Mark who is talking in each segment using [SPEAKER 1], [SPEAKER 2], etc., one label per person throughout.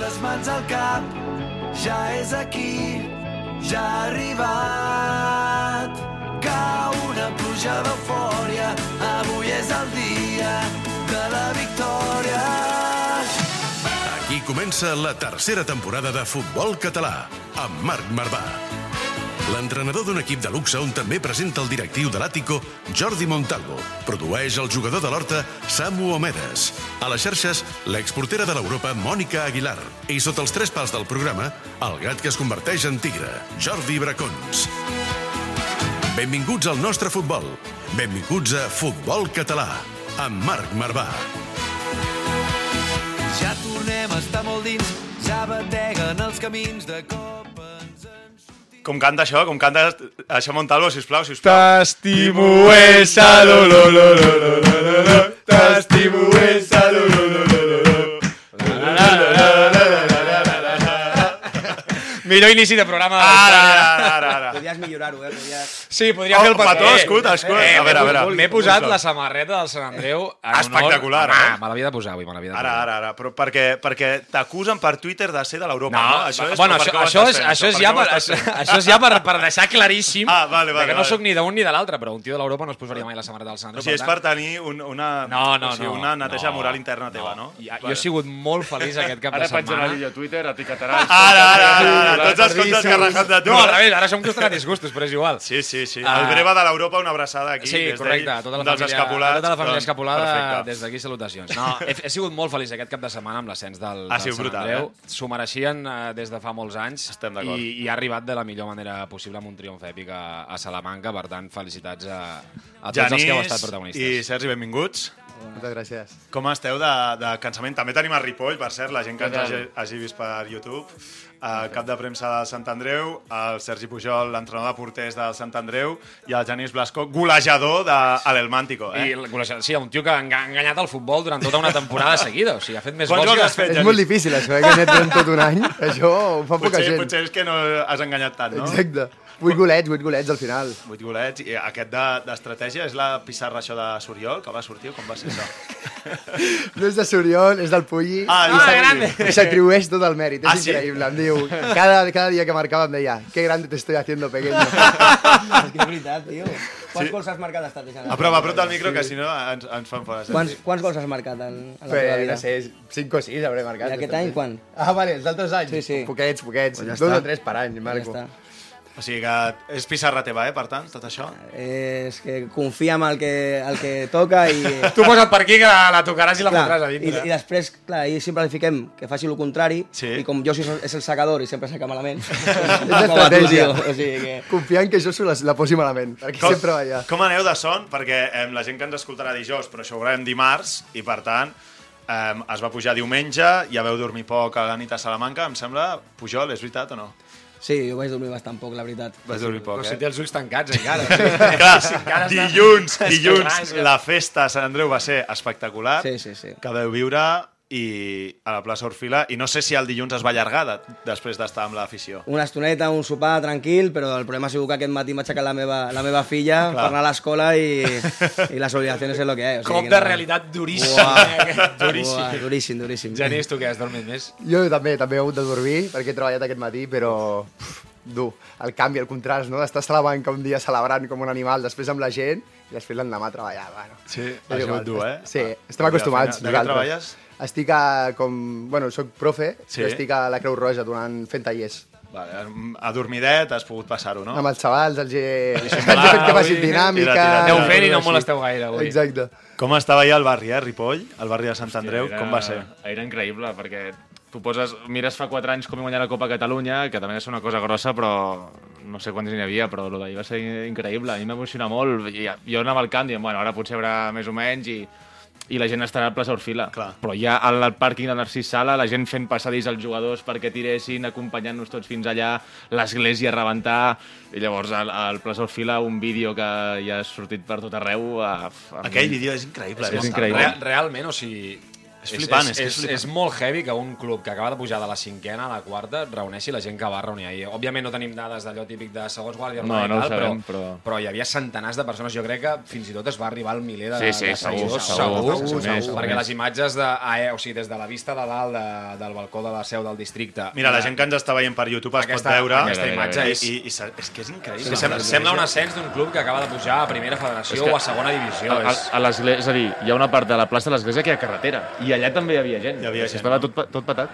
[SPEAKER 1] les mans al cap, ja és aquí, ja ha arribat. Cau una pluja d'eufòria, avui és el dia de la victòria.
[SPEAKER 2] Aquí comença la tercera temporada de Futbol Català, amb Marc Marvà. L'entrenador d'un equip de luxe on també presenta el directiu de l'Àtico, Jordi Montalvo. Produeix el jugador de l'Horta, Samu Omedes. A les xarxes, l'exportera de l'Europa, Mònica Aguilar. I sota els tres pals del programa, el gat que es converteix en tigre, Jordi Bracons. Benvinguts al nostre futbol. Benvinguts a Futbol Català, amb Marc Marvà.
[SPEAKER 1] Ja tornem a estar molt dins, ja bateguen els camins de cop ens en
[SPEAKER 3] Com canta això? Com canta això Montalvo, sisplau, sisplau.
[SPEAKER 4] T'estimo esa, lo, lo, lo, lo, lo, lo, lo, lo. T'estimo esa, lo, lo, lo, lo, lo, lo. La, la, la, la, la, la, la, la, la, la, la. Millor inici de programa.
[SPEAKER 3] Ara, ara, ara, ara. ara.
[SPEAKER 5] Podries millorar-ho, eh? Podries...
[SPEAKER 4] Sí, podria
[SPEAKER 3] Oh,
[SPEAKER 4] fer el petó.
[SPEAKER 3] petó, escut, escut. A veure, a veure.
[SPEAKER 4] M'he posat
[SPEAKER 3] Escolta.
[SPEAKER 4] la samarreta del Sant Andreu. En honor-
[SPEAKER 3] Espectacular,
[SPEAKER 4] Home,
[SPEAKER 3] eh?
[SPEAKER 4] Me l'havia de posar avui, me l'havia de posar.
[SPEAKER 3] Ara, ara, ara. Però perquè, perquè t'acusen per Twitter de ser de l'Europa.
[SPEAKER 4] No,
[SPEAKER 3] No,
[SPEAKER 4] això és, bueno,
[SPEAKER 3] per
[SPEAKER 4] això,
[SPEAKER 3] com
[SPEAKER 4] això, és,
[SPEAKER 3] estàs fent,
[SPEAKER 4] això, és
[SPEAKER 3] per
[SPEAKER 4] ja
[SPEAKER 3] com
[SPEAKER 4] per,
[SPEAKER 3] estàs
[SPEAKER 4] això,
[SPEAKER 3] fent.
[SPEAKER 4] això és ja per, per deixar claríssim
[SPEAKER 3] Ah, vale,
[SPEAKER 4] de
[SPEAKER 3] vale,
[SPEAKER 4] que no
[SPEAKER 3] vale.
[SPEAKER 4] sóc ni d'un ni de l'altre, però un tio de l'Europa no es posaria mai la samarreta del Sant
[SPEAKER 3] O
[SPEAKER 4] Andreu.
[SPEAKER 3] sigui, és per
[SPEAKER 4] tant-
[SPEAKER 3] tenir un, una,
[SPEAKER 4] No, no,
[SPEAKER 3] o sigui,
[SPEAKER 4] no.
[SPEAKER 3] una neteja
[SPEAKER 4] no,
[SPEAKER 3] moral interna teva, no?
[SPEAKER 4] Ja, jo he sigut molt feliç aquest cap
[SPEAKER 6] Ara
[SPEAKER 4] de
[SPEAKER 6] faig una
[SPEAKER 4] setmana.
[SPEAKER 6] vídeo a Twitter, etiquetaràs...
[SPEAKER 3] Ara, ara, ara, ara. Tots els comptes carregats de tu.
[SPEAKER 4] No, al revés, ara som costarà disgustos, però és igual.
[SPEAKER 3] Sí, sí, sí.
[SPEAKER 4] Ah.
[SPEAKER 3] El breva de l'Europa, una abraçada aquí.
[SPEAKER 4] Sí,
[SPEAKER 3] des
[SPEAKER 4] correcte,
[SPEAKER 3] d'ell,
[SPEAKER 4] a tota la
[SPEAKER 3] dels
[SPEAKER 4] família,
[SPEAKER 3] escapulats,
[SPEAKER 4] a tota la família
[SPEAKER 3] doncs,
[SPEAKER 4] escapulada,
[SPEAKER 3] perfecte.
[SPEAKER 4] des d'aquí salutacions. No, he, he sigut molt feliç aquest cap de setmana amb l'ascens del,
[SPEAKER 3] Ha
[SPEAKER 4] del
[SPEAKER 3] sigut
[SPEAKER 4] Sant
[SPEAKER 3] brutal,
[SPEAKER 4] Andreu. S'ho mereixien eh, des de fa molts anys
[SPEAKER 3] Estem d'acord.
[SPEAKER 4] i, i ha arribat de la millor manera possible amb un triomf èpic a, a Salamanca, per tant, felicitats a, a tots els que heu estat
[SPEAKER 3] Genís i
[SPEAKER 4] protagonistes.
[SPEAKER 3] Sergi, benvinguts.
[SPEAKER 5] Moltes gràcies.
[SPEAKER 3] Com esteu de, de cansament? També tenim a Ripoll, per cert, la gent que ens
[SPEAKER 6] Què tal?
[SPEAKER 3] hagi, hagi vist per YouTube. El cap de premsa del Sant Andreu, el Sergi Pujol, l'entrenador de porters del Sant Andreu, i el Genís Blasco, golejador de a l'El Mántico.
[SPEAKER 4] I
[SPEAKER 3] Eh?
[SPEAKER 4] el golejador- sí, un tio que ha enga- enganyat el futbol durant tota una temporada seguida. O sigui, ha fet més
[SPEAKER 3] Quants gols
[SPEAKER 4] que-
[SPEAKER 3] has fet,
[SPEAKER 5] És
[SPEAKER 3] Genís?
[SPEAKER 5] molt difícil, això, eh? Que n'he tret tot un any. Això ho fa poca
[SPEAKER 3] Potser,
[SPEAKER 5] gent.
[SPEAKER 3] potser és que no has enganyat tant, no?
[SPEAKER 5] Exacte. Vuit golets, vuit golets al final.
[SPEAKER 3] Vuit golets. I aquest de- d'estratègia és la pissarra això de Soriol, que va sortir o com va ser això?
[SPEAKER 5] No és de Soriol, és del Pulli.
[SPEAKER 3] Ah,
[SPEAKER 5] i
[SPEAKER 3] ah,
[SPEAKER 5] s'atri-
[SPEAKER 3] grande.
[SPEAKER 5] I s'atribueix tot el mèrit. És
[SPEAKER 3] Ah, sí?
[SPEAKER 5] increïble. Em diu, cada, cada dia que marcava em deia «Qué grande te estoy haciendo, pequeño».
[SPEAKER 7] És que és veritat, tio. Quants
[SPEAKER 3] Sí.
[SPEAKER 7] gols has marcat estat deixant?
[SPEAKER 3] A prova, prop del micro, que si no ens, ens fan fora.
[SPEAKER 7] Quants, quants gols has marcat en, en la teva
[SPEAKER 5] Fe,
[SPEAKER 7] vida?
[SPEAKER 5] no sé, 5 o 6 hauré marcat.
[SPEAKER 7] I aquest any, quan?
[SPEAKER 5] Ah, vale, els altres anys.
[SPEAKER 7] Sí, sí.
[SPEAKER 5] Poquets, poquets.
[SPEAKER 8] Pues ja
[SPEAKER 5] Dos
[SPEAKER 8] està.
[SPEAKER 5] o tres per any,
[SPEAKER 7] Ja
[SPEAKER 5] Marco.
[SPEAKER 7] està.
[SPEAKER 3] O sigui que és pissarra teva, eh, per tant, tot això?
[SPEAKER 7] Eh, és que confia en el que, el que toca i...
[SPEAKER 4] Tu posa't per aquí que la, la tocaràs i la fotràs a
[SPEAKER 7] i,
[SPEAKER 8] eh?
[SPEAKER 4] dintre.
[SPEAKER 7] i després, clar, ahir sempre li fiquem que faci el contrari
[SPEAKER 3] Sí.
[SPEAKER 7] i com jo sí és el sacador i sempre saca malament és
[SPEAKER 5] estratègia.
[SPEAKER 7] o sigui que...
[SPEAKER 5] Confiant que jo se les- la posi malament, perquè
[SPEAKER 3] Com,
[SPEAKER 5] sempre va allà.
[SPEAKER 3] com aneu de son? Perquè eh, la gent que ens escoltarà dijous, però això ho veurem dimarts, i per tant eh, es va pujar diumenge, ja veu dormir poc a la nit a Salamanca, em sembla, Pujol, és veritat o no?
[SPEAKER 7] sí, jo vaig dormir bastant poc, la veritat
[SPEAKER 3] Vas dormir poc,
[SPEAKER 4] Però si
[SPEAKER 3] eh?
[SPEAKER 4] té els ulls tancats encara.
[SPEAKER 3] Clar, dilluns,
[SPEAKER 4] És que clar, és
[SPEAKER 3] dilluns,
[SPEAKER 4] que-
[SPEAKER 3] la festa a Sant Andreu va ser espectacular,
[SPEAKER 7] Sí, sí, sí.
[SPEAKER 3] que veu viure i a la plaça Orfila, i no sé si el dilluns es va allargar de, després d'estar amb l'afició.
[SPEAKER 7] una estoneta, un sopar tranquil, però el problema ha sigut que aquest matí m'ha aixecat la meva, la meva filla Clar. per anar a l'escola i, i les obligacions és el que és. O sigui
[SPEAKER 4] Cop
[SPEAKER 7] que
[SPEAKER 4] de
[SPEAKER 7] no.
[SPEAKER 4] realitat duríssim.
[SPEAKER 7] Uah,
[SPEAKER 4] duríssim.
[SPEAKER 7] Uah, duríssim, duríssim.
[SPEAKER 4] Genís, tu què has dormit més?
[SPEAKER 5] Jo també, també he hagut de dormir, perquè he treballat aquest matí, però... Pff, dur, el canvi, el contrast, no? D'estar a la banca un dia celebrant com un animal, després amb la gent, i després l'endemà a treballar, bueno.
[SPEAKER 3] Sí,
[SPEAKER 5] És
[SPEAKER 3] ha sigut
[SPEAKER 5] igual.
[SPEAKER 3] dur, eh?
[SPEAKER 5] Sí,
[SPEAKER 3] Ah,
[SPEAKER 5] estem
[SPEAKER 3] avui al
[SPEAKER 5] acostumats.
[SPEAKER 3] final. De què
[SPEAKER 5] nosaltres.
[SPEAKER 3] treballes?
[SPEAKER 5] Estic a, com... Bueno, soc profe,
[SPEAKER 3] Sí.
[SPEAKER 5] sí. i estic a la Creu Roja donant fent tallers.
[SPEAKER 3] Vale, adormidet, has pogut passar-ho, no?
[SPEAKER 5] Amb els xavals, els he, els he
[SPEAKER 3] simular,
[SPEAKER 5] fet que facin
[SPEAKER 3] Ah. avui.
[SPEAKER 5] dinàmica...
[SPEAKER 3] Tira, tira, tira.
[SPEAKER 4] Aneu fent i no
[SPEAKER 5] Així.
[SPEAKER 4] molesteu gaire, avui.
[SPEAKER 5] Exacte.
[SPEAKER 3] Com estava ja el barri, eh, Ripoll? El barri de Sant Andreu, com va ser?
[SPEAKER 6] Era increïble, perquè tu poses, mires fa 4 anys com hi guanyar la Copa Catalunya, que també és una cosa grossa, però no sé quants n'hi havia, però el d'ahir va ser increïble. A mi m'emociona molt. I jo anava al camp dient, bueno, ara potser hi haurà més o menys i i la gent estarà a plaça Orfila.
[SPEAKER 3] Clar.
[SPEAKER 6] Però ja al, al pàrquing de Narcís Sala, la gent fent passadís als jugadors perquè tiressin, acompanyant-nos tots fins allà, l'església a rebentar, i llavors al, al plaça Orfila un vídeo que ja ha sortit per tot arreu... A, a
[SPEAKER 3] Aquell vídeo és increïble.
[SPEAKER 6] És
[SPEAKER 3] eh?
[SPEAKER 6] increïble.
[SPEAKER 4] Real, realment, o sigui,
[SPEAKER 3] És flipant, és,
[SPEAKER 8] és, és, és molt heavy que un club que acaba de pujar de la cinquena a la quarta reuneixi la gent que va reunir ahir. Òbviament no tenim dades d'allò típic de segons guàrdia
[SPEAKER 6] No,
[SPEAKER 8] urbana i
[SPEAKER 6] no ho
[SPEAKER 8] tal,
[SPEAKER 6] sabem,
[SPEAKER 8] però,
[SPEAKER 6] però-
[SPEAKER 8] però hi havia centenars de persones. Jo crec que fins i tot es va arribar al miler de,
[SPEAKER 6] Sí, sí,
[SPEAKER 8] de
[SPEAKER 6] segur,
[SPEAKER 8] seguidors.
[SPEAKER 6] segur, segur,
[SPEAKER 8] segur,
[SPEAKER 6] segur.
[SPEAKER 8] perquè les imatges de, ah, eh, o sigui, des de la vista de dalt de, del balcó de la seu del districte...
[SPEAKER 3] Mira, la gent que ens està veient per YouTube es
[SPEAKER 8] Aquesta-
[SPEAKER 3] pot veure
[SPEAKER 8] aquesta
[SPEAKER 3] i-
[SPEAKER 8] imatge
[SPEAKER 3] i,
[SPEAKER 8] és-
[SPEAKER 3] i, i, se- és que és increïble.
[SPEAKER 8] Sí, sembla, sembla un ascens d'un club que acaba de pujar a primera federació
[SPEAKER 6] És que-
[SPEAKER 8] o a segona divisió.
[SPEAKER 6] A, a,
[SPEAKER 8] és...
[SPEAKER 6] a l'església, és a dir, hi ha una part de la plaça de l'església que hi ha carretera, i allà també hi havia gent.
[SPEAKER 3] Hi havia gent.
[SPEAKER 6] Estava tot, pa- tot patat.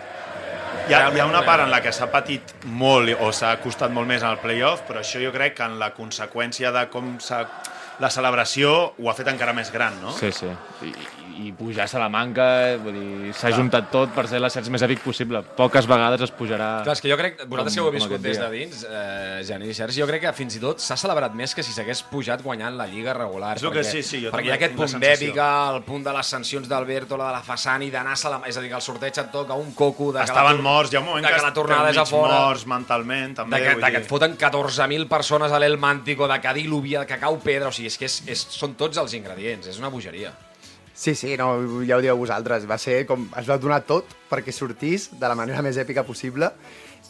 [SPEAKER 3] Hi ha, hi ha una part en la que s'ha patit molt o s'ha costat molt més en el playoff, però això jo crec que en la conseqüència de com s'ha... La celebració ho ha fet encara més gran, no?
[SPEAKER 6] Sí, sí. I, i- i pujar a Salamanca, vull dir, s'ha juntat tot per ser l'ascens més èpic possible. Poques vegades es pujarà...
[SPEAKER 8] Clar, és que jo crec, vosaltres que ho heu
[SPEAKER 6] Com- com
[SPEAKER 8] viscut
[SPEAKER 6] aquest
[SPEAKER 8] des de
[SPEAKER 6] dia.
[SPEAKER 8] dins, eh, Geni i Sergi, jo crec que fins i tot s'ha celebrat més que si s'hagués pujat guanyant la Lliga regular.
[SPEAKER 3] És el que sí, sí, jo
[SPEAKER 8] perquè hi ha
[SPEAKER 3] també
[SPEAKER 8] aquest
[SPEAKER 3] tinc la
[SPEAKER 8] punt
[SPEAKER 3] sensació.
[SPEAKER 8] d'èpica, el punt de les sancions d'Alberto, la de la Fasani, d'anar a la... És a dir, que el sorteig et toca un coco... De que la
[SPEAKER 3] Estaven
[SPEAKER 8] tor-
[SPEAKER 3] morts, hi ha un moment
[SPEAKER 8] de que,
[SPEAKER 3] que,
[SPEAKER 8] la tornada és
[SPEAKER 3] estan
[SPEAKER 8] a fora...
[SPEAKER 3] morts mentalment, també.
[SPEAKER 8] De que,
[SPEAKER 3] vull
[SPEAKER 8] de que et
[SPEAKER 3] dir.
[SPEAKER 8] foten 14.000 persones a l'El Màntico, de que diluvia, de que cau pedra, o sigui, és que és, és, són tots els ingredients, és una bogeria.
[SPEAKER 5] Sí, sí, no, ja ho dieu vosaltres. Va ser com... Es va donar tot perquè sortís de la manera més èpica possible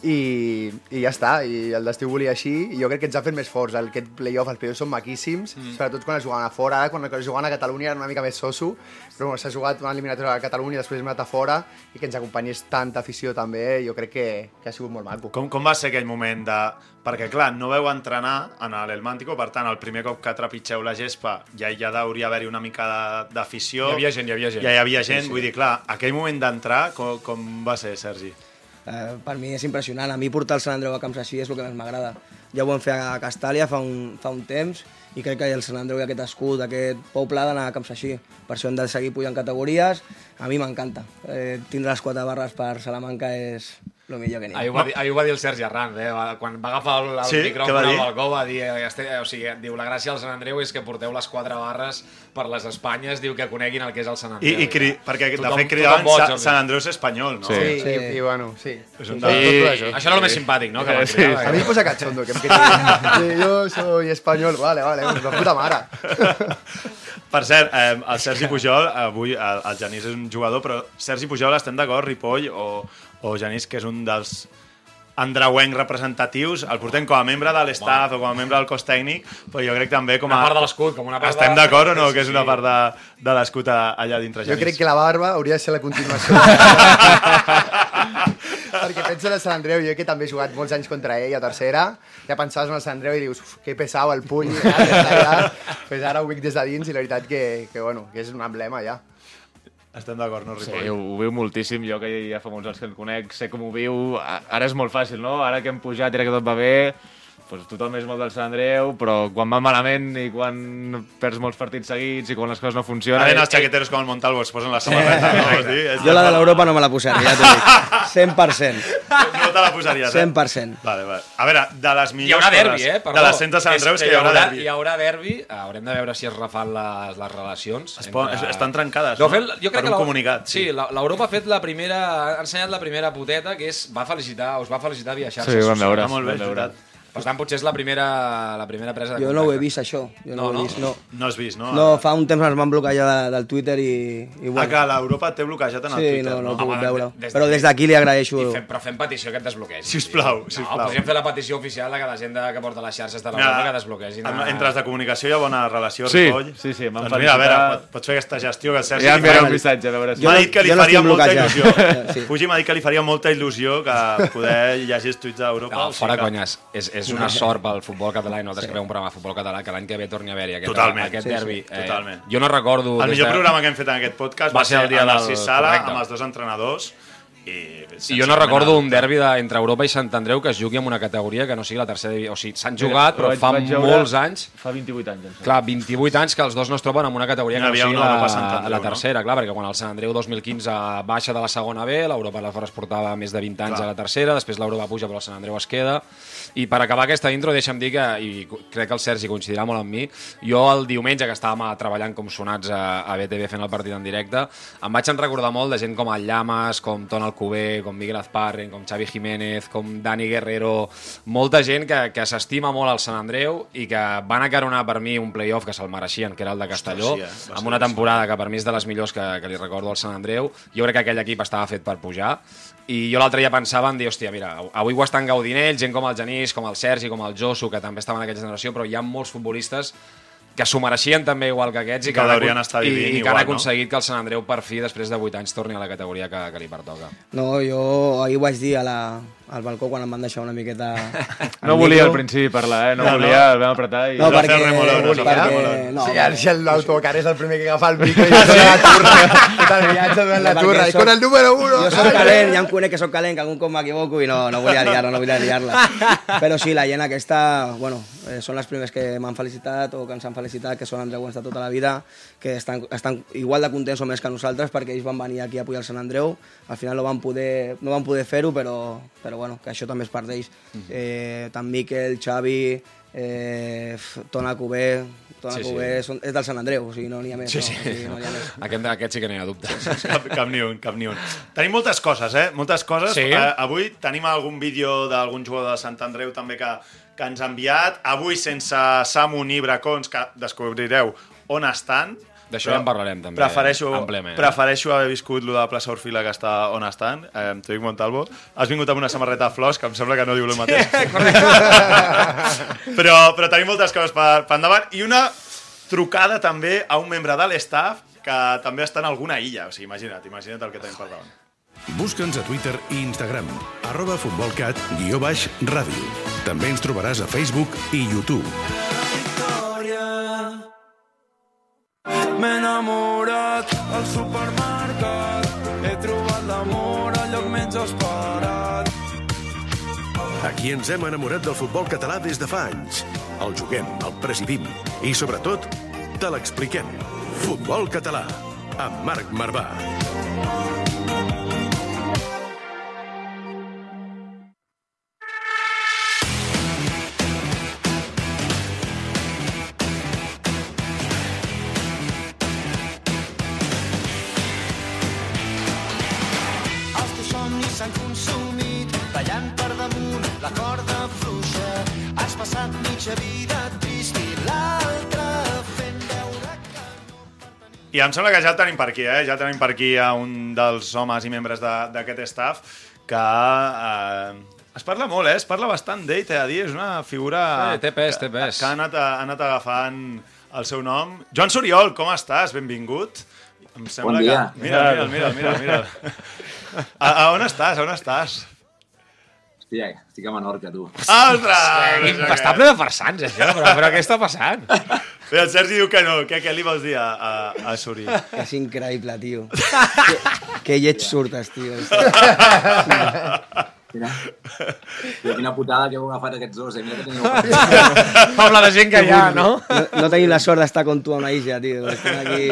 [SPEAKER 5] i, i ja està. I el destí ho volia així i jo crec que ens ha fet més forts. El- Aquest playoff, els playoffs són maquíssims, mm. sobretot quan es jugaven a fora. Ara, quan es jugaven a Catalunya era una mica més soso, però bueno, s'ha jugat una eliminatòria a Catalunya i després hem anat a fora i que ens acompanyés tanta afició també, jo crec que, que ha sigut molt maco.
[SPEAKER 3] Com, com va ser aquell moment de... Perquè, clar, no veu entrenar en l'El Màntico, per tant, el primer cop que trepitgeu la gespa ja hi ha d'hauria haver-hi una mica de- d'afició.
[SPEAKER 8] Hi havia gent, hi havia gent.
[SPEAKER 3] Ja hi havia gent, sí, sí. vull dir, clar, aquell moment d'entrar, com, com va ser, Sergi?
[SPEAKER 7] Eh, per mi és impressionant. A mi portar el Sant Andreu a camps així és el que més m'agrada. Ja ho vam fer a Castàlia fa un, fa un temps i crec que el Sant Andreu i aquest escut, aquest poble ha d'anar a camps així. Per això hem de seguir pujant categories. A mi m'encanta. Eh, tindre les quatre barres per Salamanca és el millor que n'hi ha.
[SPEAKER 8] Ahir ho, va dir, ahir ho va dir el Sergi Arranz, eh? va- quan va agafar el, el
[SPEAKER 3] Sí,
[SPEAKER 8] sí,
[SPEAKER 3] què va
[SPEAKER 8] micròfon al
[SPEAKER 3] dir?
[SPEAKER 8] balcó va dir, eh, este, eh, o sigui, diu, la gràcia del Sant Andreu és que porteu les quatre barres per les Espanyes, diu que coneguin el que és el
[SPEAKER 3] I,
[SPEAKER 8] Sant Andreu.
[SPEAKER 3] i cri, perquè, de
[SPEAKER 8] Tothom-
[SPEAKER 3] fet,
[SPEAKER 8] tothom
[SPEAKER 3] cridaven
[SPEAKER 8] boig,
[SPEAKER 3] Sa,
[SPEAKER 8] Jordi.
[SPEAKER 3] Sant Andreu és espanyol, no?
[SPEAKER 5] Sí, sí. I, i bueno, sí.
[SPEAKER 3] És
[SPEAKER 5] Sí.
[SPEAKER 3] un de...
[SPEAKER 5] Tot això.
[SPEAKER 8] Això era el més simpàtic, no? Que eh? sí,
[SPEAKER 5] A mí me posa cachondo, que me quede- Yo soy español, vale, vale, pues la puta mara.
[SPEAKER 3] Per cert, eh, el Sergi Pujol, avui el, el Genís és un jugador, però Sergi Pujol, estem d'acord, Ripoll o, o Genís, que és un dels andreuencs representatius, el portem com a membre de l'estaf o com a membre del cos tècnic, però jo crec també com a...
[SPEAKER 8] Una part de l'escut, com una part
[SPEAKER 3] Estem
[SPEAKER 8] de-
[SPEAKER 3] d'acord o no,
[SPEAKER 8] Sí,
[SPEAKER 3] que és
[SPEAKER 8] sí.
[SPEAKER 3] una part de, de l'escut a- allà dintre,
[SPEAKER 5] Yo
[SPEAKER 3] Genís?
[SPEAKER 5] creo que la barba hauria de ser la continuación. Perquè penso en el Sant Andreu, jo que també he jugat molts anys contra ell a tercera, ja pensaves en el Sant Andreu i dius, "Uf, que pesado el puny, i tal, i tal, i tal". pues ara ho vic des de dins i la veritat que, que, bueno, que és un emblema ja.
[SPEAKER 3] Estem d'acord, no, Ripoll?
[SPEAKER 6] Sí, ho, ho viu moltíssim, jo que ja fa molts anys que el conec, sé com ho viu, A- ara és molt fàcil, no? Ara que hem pujat i ara que tot va bé, doncs tothom és molt del Sant Andreu, però quan va malament i quan perds molts partits seguits i quan les coses no funcionen...
[SPEAKER 3] Ara els xaqueteros com el Montalvo es posen la samarreta, no? Vols dir? És
[SPEAKER 7] Jo la de l'Europa no me la posaré, ja t'ho dic. 100%.
[SPEAKER 3] No te la posaries, eh?
[SPEAKER 7] 100%.
[SPEAKER 3] Vale, vale. A veure, de les millors...
[SPEAKER 8] Hi haurà derbi,
[SPEAKER 3] coses
[SPEAKER 8] eh? Perdó.
[SPEAKER 3] De les centes de Sant Andreu és que hi haurà derbi.
[SPEAKER 8] Hi haurà derbi. Haurem de veure si es refan les, les relacions.
[SPEAKER 3] Es pon- es- estan trencades,
[SPEAKER 8] De
[SPEAKER 3] no?
[SPEAKER 8] fet, jo
[SPEAKER 3] Per
[SPEAKER 8] crec que
[SPEAKER 3] un
[SPEAKER 8] la-
[SPEAKER 3] comunicat, sí.
[SPEAKER 8] Sí, la- l'Europa ha fet la primera... Ha ensenyat la primera puteta, que és... Va felicitar, us va felicitar via xarxes.
[SPEAKER 6] Sí, ho vam
[SPEAKER 8] socials.
[SPEAKER 6] veure.
[SPEAKER 3] Està Ah, molt bé,
[SPEAKER 6] Vam
[SPEAKER 3] és
[SPEAKER 6] veure.
[SPEAKER 3] veritat.
[SPEAKER 8] Per tant, potser és la primera, la primera presa de
[SPEAKER 7] Jo no ho he
[SPEAKER 8] contacte.
[SPEAKER 7] vist, això. Jo no,
[SPEAKER 8] No,
[SPEAKER 7] no ho
[SPEAKER 8] no?
[SPEAKER 7] he vist, no.
[SPEAKER 3] No has vist, no?
[SPEAKER 7] No, fa un temps ens van bloquejar de, del Twitter i... i
[SPEAKER 3] Ah, que l'Europa té bloquejat en el
[SPEAKER 7] sí,
[SPEAKER 3] Twitter,
[SPEAKER 7] no, no,
[SPEAKER 3] no?
[SPEAKER 7] he pogut
[SPEAKER 8] Home,
[SPEAKER 7] veure-ho.
[SPEAKER 8] des de-
[SPEAKER 7] Però des d'aquí li agraeixo...
[SPEAKER 8] I fem, però fem petició que et desbloquegin.
[SPEAKER 3] Sisplau,
[SPEAKER 8] tio.
[SPEAKER 3] sisplau.
[SPEAKER 8] No, podríem fer la petició oficial de que la gent de- que porta les xarxes de la Mira, que desbloquegin.
[SPEAKER 3] amb- entre els de comunicació hi ha bona relació,
[SPEAKER 6] Sí,
[SPEAKER 3] Ripoll.
[SPEAKER 6] sí, sí, m'han
[SPEAKER 3] doncs mira, a veure,
[SPEAKER 6] felicitat.
[SPEAKER 3] pot- pots fer aquesta gestió que el Sergi...
[SPEAKER 6] Ja
[SPEAKER 3] li
[SPEAKER 6] enviaré
[SPEAKER 3] fa-
[SPEAKER 6] un missatge, a veure si...
[SPEAKER 3] M'ha
[SPEAKER 7] no-
[SPEAKER 3] dit que li
[SPEAKER 7] jo no
[SPEAKER 3] faria
[SPEAKER 7] estic
[SPEAKER 3] molta
[SPEAKER 7] bloquejat.
[SPEAKER 3] il·lusió.
[SPEAKER 7] Sí.
[SPEAKER 3] Fuji m'ha dit que li faria molta il·lusió que poder llegir els tuits d'Europa.
[SPEAKER 8] No,
[SPEAKER 3] o sigui
[SPEAKER 8] Ah, fora
[SPEAKER 3] que-
[SPEAKER 8] conyes, és, és una sort pel futbol català i nosaltres sí. creem un programa de futbol català que l'any que ve torni a haver-hi aquest,
[SPEAKER 3] Totalment.
[SPEAKER 8] aquest
[SPEAKER 3] Sí, sí,
[SPEAKER 8] derbi. Eh,
[SPEAKER 3] totalment.
[SPEAKER 8] Jo no recordo...
[SPEAKER 3] El
[SPEAKER 8] des
[SPEAKER 3] millor
[SPEAKER 8] de-
[SPEAKER 3] programa que hem fet en aquest podcast va, ser el dia de Narcís Sala,
[SPEAKER 8] correcte.
[SPEAKER 3] amb els dos entrenadors. I,
[SPEAKER 8] I jo no recordo un derbi de, entre Europa i Sant Andreu que es jugui en una categoria que no sigui la tercera divisió. O sigui, s'han jugat, però
[SPEAKER 6] Vaig-
[SPEAKER 8] fa
[SPEAKER 6] vaig veure-
[SPEAKER 8] molts anys
[SPEAKER 6] Fa 28 anys, em sembla.
[SPEAKER 8] Clar, 28 anys que els dos no es troben en una categoria
[SPEAKER 3] No
[SPEAKER 8] que no
[SPEAKER 3] hi havia
[SPEAKER 8] sigui
[SPEAKER 3] una
[SPEAKER 8] la,
[SPEAKER 3] Europa Sant Andreu,
[SPEAKER 8] la
[SPEAKER 3] no?
[SPEAKER 8] tercera, clar, perquè quan el Sant Andreu 2015 baixa de la segona B, l'Europa aleshores portava més de 20 anys
[SPEAKER 3] Clar.
[SPEAKER 8] a la tercera, després l'Europa puja però el Sant Andreu es queda. I per acabar aquesta intro, deixa'm dir que, i co- crec que el Sergi coincidirà molt amb mi, jo el diumenge que estàvem a- treballant com sonats a, a BTV fent el partit en directe, em vaig en recordar molt de gent com el Llamas, com Tona el Alcover, com Miguel Azparren, com Xavi Jiménez, com Dani Guerrero, molta gent que, que s'estima molt al Sant Andreu i que van acaronar per mi un playoff que se'l mereixien, que era el de Castelló,
[SPEAKER 3] sí, eh? Va
[SPEAKER 8] Ostres,
[SPEAKER 3] ser
[SPEAKER 8] sí, amb una temporada que per mi és de les millors que, que li recordo al Sant Andreu. Jo crec que aquell equip estava fet per pujar i jo l'altre dia pensava en dir, hòstia, mira, av- avui ho estan gaudint ells, gent com el Genís, com el Sergi, com el Josu, que també estaven en aquesta generació, però hi ha molts futbolistes que s'ho mereixien també igual que aquests i
[SPEAKER 3] Que
[SPEAKER 8] han
[SPEAKER 3] deurien
[SPEAKER 8] acon-
[SPEAKER 3] estar
[SPEAKER 8] i,
[SPEAKER 3] vivint
[SPEAKER 8] i que
[SPEAKER 3] igual,
[SPEAKER 8] han
[SPEAKER 3] no?
[SPEAKER 8] aconseguit que el Sant Andreu per fi, després de 8 anys, torni a la categoria que, que li pertoca.
[SPEAKER 7] No, jo ahir ho vaig dir a la, al balcó quan em van deixar una miqueta...
[SPEAKER 6] No volia al principi parlar, eh? No,
[SPEAKER 3] No, no.
[SPEAKER 6] volia, el vam apretar i...
[SPEAKER 7] No,
[SPEAKER 3] va fer
[SPEAKER 7] perquè...
[SPEAKER 3] el remolón,
[SPEAKER 5] no,
[SPEAKER 7] perquè...
[SPEAKER 5] No, Ah,
[SPEAKER 7] No,
[SPEAKER 5] sí,
[SPEAKER 7] perquè-
[SPEAKER 5] el, si el- l'autocar és el primer que agafa el micro i dona la turra. Tot el viatge donant la
[SPEAKER 7] No, perquè
[SPEAKER 5] turra. I
[SPEAKER 7] sóc-
[SPEAKER 5] con el número uno.
[SPEAKER 7] Jo sóc calent, ja em conec que sóc calent, que algun cop m'equivoco i no, no volia liar-la, no volia liar-la. Però sí, la gent aquesta, bueno, eh, són les primers que m'han felicitat o que ens han felicitat, que són andreuans de tota la vida, que estan, estan igual de contents o més que nosaltres perquè ells van venir aquí a apoyar el Sant Andreu. Al final no van poder, no van poder fer-ho, però, però bueno, que això també és part d'ells. Eh, tant Miquel, Xavi, eh, f- Tona Cubé, Tona
[SPEAKER 8] Sí,
[SPEAKER 7] sí,
[SPEAKER 8] sí.
[SPEAKER 7] Cubé són, és del Sant Andreu, o sigui, no n'hi ha més.
[SPEAKER 8] Sí,
[SPEAKER 7] no,
[SPEAKER 8] sí.
[SPEAKER 7] O sigui, no n'hi ha més.
[SPEAKER 8] Aquest, aquest sí que no hi ha dubte.
[SPEAKER 3] Cap, cap ni un, cap ni un. Tenim moltes coses, eh? Moltes coses.
[SPEAKER 8] Sí.
[SPEAKER 3] Eh, avui tenim algun vídeo d'algun jugador de Sant Andreu també que, que ens ha enviat. Avui sense Samu ni Bracons, que descobrireu on estan.
[SPEAKER 8] D'això
[SPEAKER 3] Però
[SPEAKER 8] ja en parlarem, també,
[SPEAKER 3] Prefereixo,
[SPEAKER 8] àmpliament. eh?
[SPEAKER 3] prefereixo haver viscut lo de plaça Orfila que està on estan. Eh, T'ho dic, Montalvo. Has vingut amb una samarreta de flors, que em sembla que no diu el mateix. però, però tenim moltes coses per, per endavant. I una trucada també a un membre de l'estaf que també està en alguna illa. O sigui, imagina't, imagina't el que tenim per davant.
[SPEAKER 2] Busca'ns a Twitter i Instagram, arroba futbolcat, guió baix, ràdio. També ens trobaràs a Facebook i YouTube.
[SPEAKER 1] victòria. M'he enamorat al supermercat, he trobat l'amor al lloc menys esperat.
[SPEAKER 2] Aquí ens hem enamorat del futbol català des de fa anys. El juguem, el presidim i, sobretot, te l'expliquem. Futbol català, amb Marc Marvà.
[SPEAKER 1] Els teus somnis s'han consumit, ballant per damunt la corda fluixa. Has passat mitja vida trist i l'altra fent veure que...
[SPEAKER 3] I em sembla que ja el tenim per aquí, eh? Ja el tenim per aquí a un dels homes i membres de- d'aquest staff que... Eh, es parla molt, eh? Es parla bastant d'ell, t'he de dir. És una figura...
[SPEAKER 8] Sí, té pes, té
[SPEAKER 3] que-
[SPEAKER 8] pes.
[SPEAKER 3] Que ha anat, ha anat agafant el seu nom. Joan Soriol, com estàs? Benvingut. Em sembla
[SPEAKER 9] Bon dia.
[SPEAKER 3] que... Mira, mira, mira, mira, mira. A, a on estàs? A on estàs?
[SPEAKER 9] Hòstia, estic a Menorca, tu.
[SPEAKER 3] Ostres!
[SPEAKER 8] Està ple de farsans, això, però, però què està passant?
[SPEAKER 3] Bé, el Sergi diu que no. Què, què li vols dir a, a, a Suri?
[SPEAKER 7] Que és increïble, tio. que, que lleig surtes, tio.
[SPEAKER 9] Mira, Mira quina putada que heu agafat aquests dos, eh? Mira que teniu...
[SPEAKER 8] Amb la de gent que hi ha, no?
[SPEAKER 7] No, no tenim la sort d'estar con tu a una isla, tio. Estem aquí...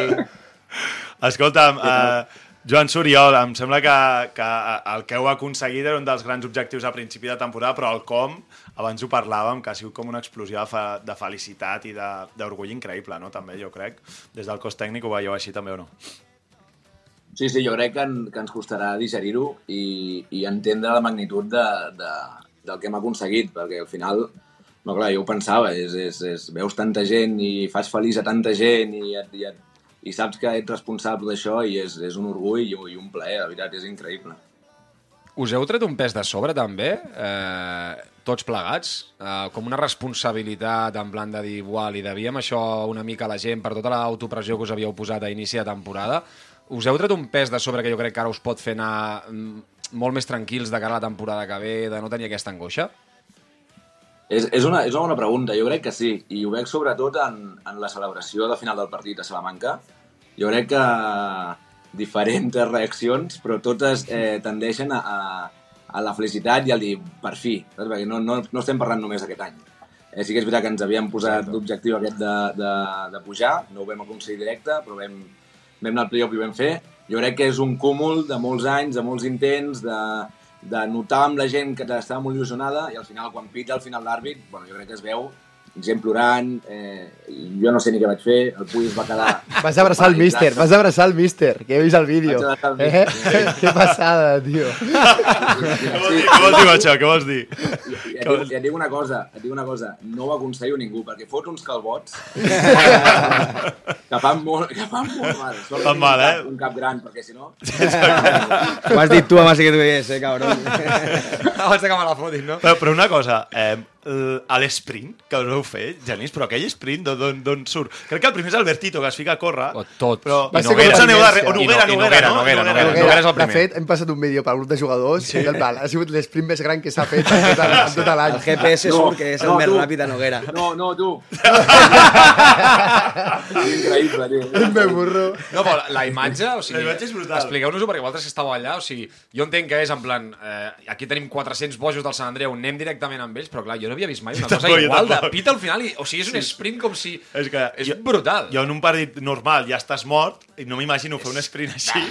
[SPEAKER 3] Escolta'm, eh, Joan Soriol, em sembla que, que eh, el que heu aconseguit era un dels grans objectius a principi de temporada, però el com, abans ho parlàvem, que ha sigut com una explosió de, fe, de felicitat i de- d'orgull increïble, no? també, jo crec. Des del cos tècnic ho veieu així també o no?
[SPEAKER 9] Sí, sí, jo crec que, en, que ens costarà digerir-ho i, i entendre la magnitud de, de, del que hem aconseguit, perquè al final, no clar, jo ho pensava, és, és, és, veus tanta gent i fas feliç a tanta gent i, et, i, et, i saps que ets responsable d'això i és, és un orgull i, un- i un plaer, la veritat, és increïble.
[SPEAKER 8] Us heu tret un pes de sobre, també? Eh, tots plegats? Eh, com una responsabilitat en plan de dir, uah, li devíem això una mica a la gent per tota l'autopressió que us havíeu posat a inici de temporada. Us heu tret un pes de sobre que jo crec que ara us pot fer anar mm, molt més tranquils de cara a la temporada que ve, de no tenir aquesta angoixa?
[SPEAKER 9] És, és, una, és una bona pregunta, jo crec que sí, i ho veig sobretot en, en la celebració de final del partit a Salamanca. Jo crec que diferents reaccions, però totes eh, tendeixen a, a, a la felicitat i al dir per fi, saps? perquè no, no, no estem parlant només d'aquest any. Eh, sí que és veritat que ens havíem posat l'objectiu aquest de, de, de pujar, no ho vam aconseguir directe, però vam, vam anar al playoff i ho vam fer. Jo crec que és un cúmul de molts anys, de molts intents, de, de notar amb la gent que estava molt il·lusionada i al final, quan pita al final l'àrbit, bueno, jo crec que es veu gent plorant, eh, jo no sé ni què vaig fer, el Puy es va quedar...
[SPEAKER 5] Vas abraçar el míster, vas abraçar el míster, que he vist el vídeo.
[SPEAKER 9] Vaig abraçar el
[SPEAKER 5] Eh?
[SPEAKER 9] míster,
[SPEAKER 5] Qué passada, tio.
[SPEAKER 3] Què vols dir, què vols dir amb això? Què vols dir?
[SPEAKER 9] I et, dic, i et dic una cosa, et dic una cosa, no ho aconsello a ningú, perquè fots uns calbots que fan molt, que fan molt mal. Sort que
[SPEAKER 3] Fan
[SPEAKER 9] tinc un
[SPEAKER 3] mal,
[SPEAKER 9] cap,
[SPEAKER 3] eh?
[SPEAKER 9] Un cap gran, perquè si no...
[SPEAKER 7] Ho has dit tu, home, sí que tu hi és, eh, cabrón.
[SPEAKER 4] Abans de que me la fotin, no?
[SPEAKER 3] Però, però una cosa, eh, l- a l'esprint que us vau fer, Genís, però aquell sprint d'on- d'on d'on surt? Crec que el primer és Albertito, que es fica a córrer.
[SPEAKER 8] O tots.
[SPEAKER 3] Però...
[SPEAKER 8] Va
[SPEAKER 3] Va
[SPEAKER 8] ser
[SPEAKER 3] ser com a
[SPEAKER 8] Noguera.
[SPEAKER 3] Noguera, o
[SPEAKER 6] I no-
[SPEAKER 3] Noguera,
[SPEAKER 6] i
[SPEAKER 3] Noguera,
[SPEAKER 6] Noguera,
[SPEAKER 3] no?
[SPEAKER 6] Noguera, Noguera.
[SPEAKER 3] Noguera.
[SPEAKER 6] Noguera és el
[SPEAKER 5] de
[SPEAKER 6] primer.
[SPEAKER 5] fet, hem passat un vídeo pel grup de jugadors sí. i en plan, ha sigut l'esprint més gran que s'ha fet en tot, en tot l'any.
[SPEAKER 7] El GPS
[SPEAKER 9] No,
[SPEAKER 7] surt que és el
[SPEAKER 9] no,
[SPEAKER 7] més
[SPEAKER 9] tu.
[SPEAKER 7] ràpid a Noguera.
[SPEAKER 9] No, no, tu. Increïble, tio.
[SPEAKER 5] Me burro.
[SPEAKER 8] No, però la, la imatge, o sigui...
[SPEAKER 3] La imatge és brutal.
[SPEAKER 8] Expliqueu-nos-ho, perquè vosaltres que estàveu allà, o sigui, jo entenc que és en plan... Eh, aquí tenim 400 bojos del Sant Andreu, anem directament amb ells, però clar, jo no havia vist mai una cosa
[SPEAKER 3] tampoc, jo
[SPEAKER 8] igual de
[SPEAKER 3] tampoc.
[SPEAKER 8] pit al final, i, o sigui, és un sprint com si...
[SPEAKER 3] És que
[SPEAKER 8] És
[SPEAKER 3] jo-
[SPEAKER 8] brutal.
[SPEAKER 3] Jo en un partit normal ja estàs mort i no m'imagino fer un sprint així.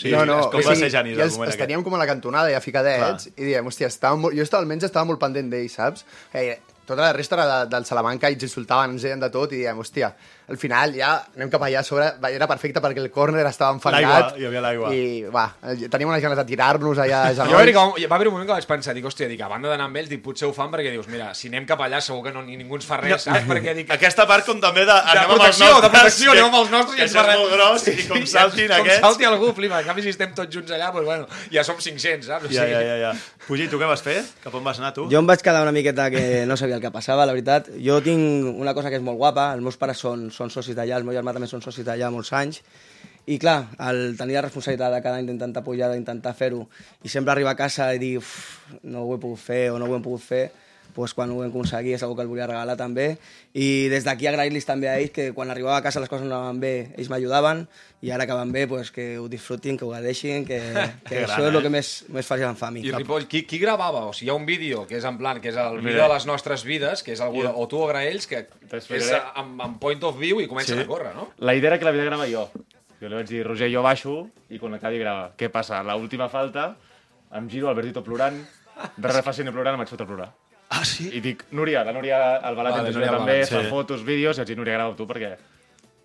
[SPEAKER 3] Sí,
[SPEAKER 5] no, no,
[SPEAKER 3] és com
[SPEAKER 5] o
[SPEAKER 3] va
[SPEAKER 5] sigui,
[SPEAKER 3] ser Janis
[SPEAKER 5] ja
[SPEAKER 3] el
[SPEAKER 5] els,
[SPEAKER 3] moment
[SPEAKER 5] estaríem com a la cantonada ja ficadets i diem, hòstia, estava molt, jo estava, almenys estava molt pendent d'ells, saps? Eh, tota la resta era de, del Salamanca i ens insultaven, ens deien de tot i diem, hòstia, al final ja anem cap allà a sobre, va, era perfecte perquè el córner estava enfangat
[SPEAKER 3] L'aigua, hi havia l'aigua.
[SPEAKER 5] i va, eh, teníem unes ganes de tirar-nos allà a
[SPEAKER 8] Jo crec
[SPEAKER 5] genolls.
[SPEAKER 8] que va, va haver un moment que vaig pensar, dic, hòstia, dic, a banda d'anar amb ells, dic, potser ho fan perquè dius, mira, si anem cap allà segur que no, ni ningú ens fa res, saps? Perquè dic,
[SPEAKER 3] Aquesta part com també de...
[SPEAKER 8] de
[SPEAKER 3] anem amb els
[SPEAKER 8] protecció,
[SPEAKER 3] nostres,
[SPEAKER 8] de protecció,
[SPEAKER 3] que-
[SPEAKER 8] anem amb els nostres i
[SPEAKER 3] que això
[SPEAKER 8] ens
[SPEAKER 3] és
[SPEAKER 8] barrem.
[SPEAKER 3] molt gros i com saltin
[SPEAKER 8] com
[SPEAKER 3] aquests.
[SPEAKER 8] salti algú, flipa. En canvi, si estem tots junts allà, doncs, bueno, ja som 500, saps? O
[SPEAKER 3] Ja, ja,
[SPEAKER 8] sigui,
[SPEAKER 3] ja, ja. Pugi, tu què vas fer? Cap on vas anar, tu?
[SPEAKER 7] Jo em vaig quedar una miqueta que no sabia el que passava, la veritat. Jo tinc una cosa que és molt guapa, els meus pares són, són socis d'allà, el meu germà també són socis d'allà molts anys, i clar, el tenir la responsabilitat de cada any d'intentar pujar, d'intentar fer-ho, i sempre arribar a casa i dir "Uf, no ho he pogut fer o no ho hem pogut fer, doncs quan ho vam aconseguir és algo que el volia regalar també i des d'aquí agrair-los també a ells que quan arribava a casa les coses no anaven bé ells m'ajudaven i ara que van bé doncs que ho disfrutin, que ho gaudeixin que, que
[SPEAKER 3] gran,
[SPEAKER 7] això és el
[SPEAKER 3] eh?
[SPEAKER 7] que més, més fàcil em fa a mi
[SPEAKER 8] I Ripoll, qui, qui gravava? O sigui, hi ha un vídeo que és en plan, que és el vídeo
[SPEAKER 6] Mira.
[SPEAKER 8] de les nostres vides, que és algú, de- o tu o Graells, que és eh,
[SPEAKER 6] T'explicaré.
[SPEAKER 8] amb, amb point of view i comencen a córrer, no?
[SPEAKER 6] La idea era que la vida grava jo. Jo li vaig dir, Roger, jo baixo i quan acabi grava. Què passa? La última falta, em giro, Albertito plorant, de refacient i plorant, em vaig fotre a plorar.
[SPEAKER 3] Ah, sí?
[SPEAKER 6] I dic, Núria, la Núria Albalat,
[SPEAKER 8] Vale,
[SPEAKER 6] vale,
[SPEAKER 8] Núria
[SPEAKER 6] Núria també,
[SPEAKER 8] Albalat,
[SPEAKER 6] fa
[SPEAKER 3] sí.
[SPEAKER 6] fotos, vídeos, i vaig dir, Núria, grava tu perquè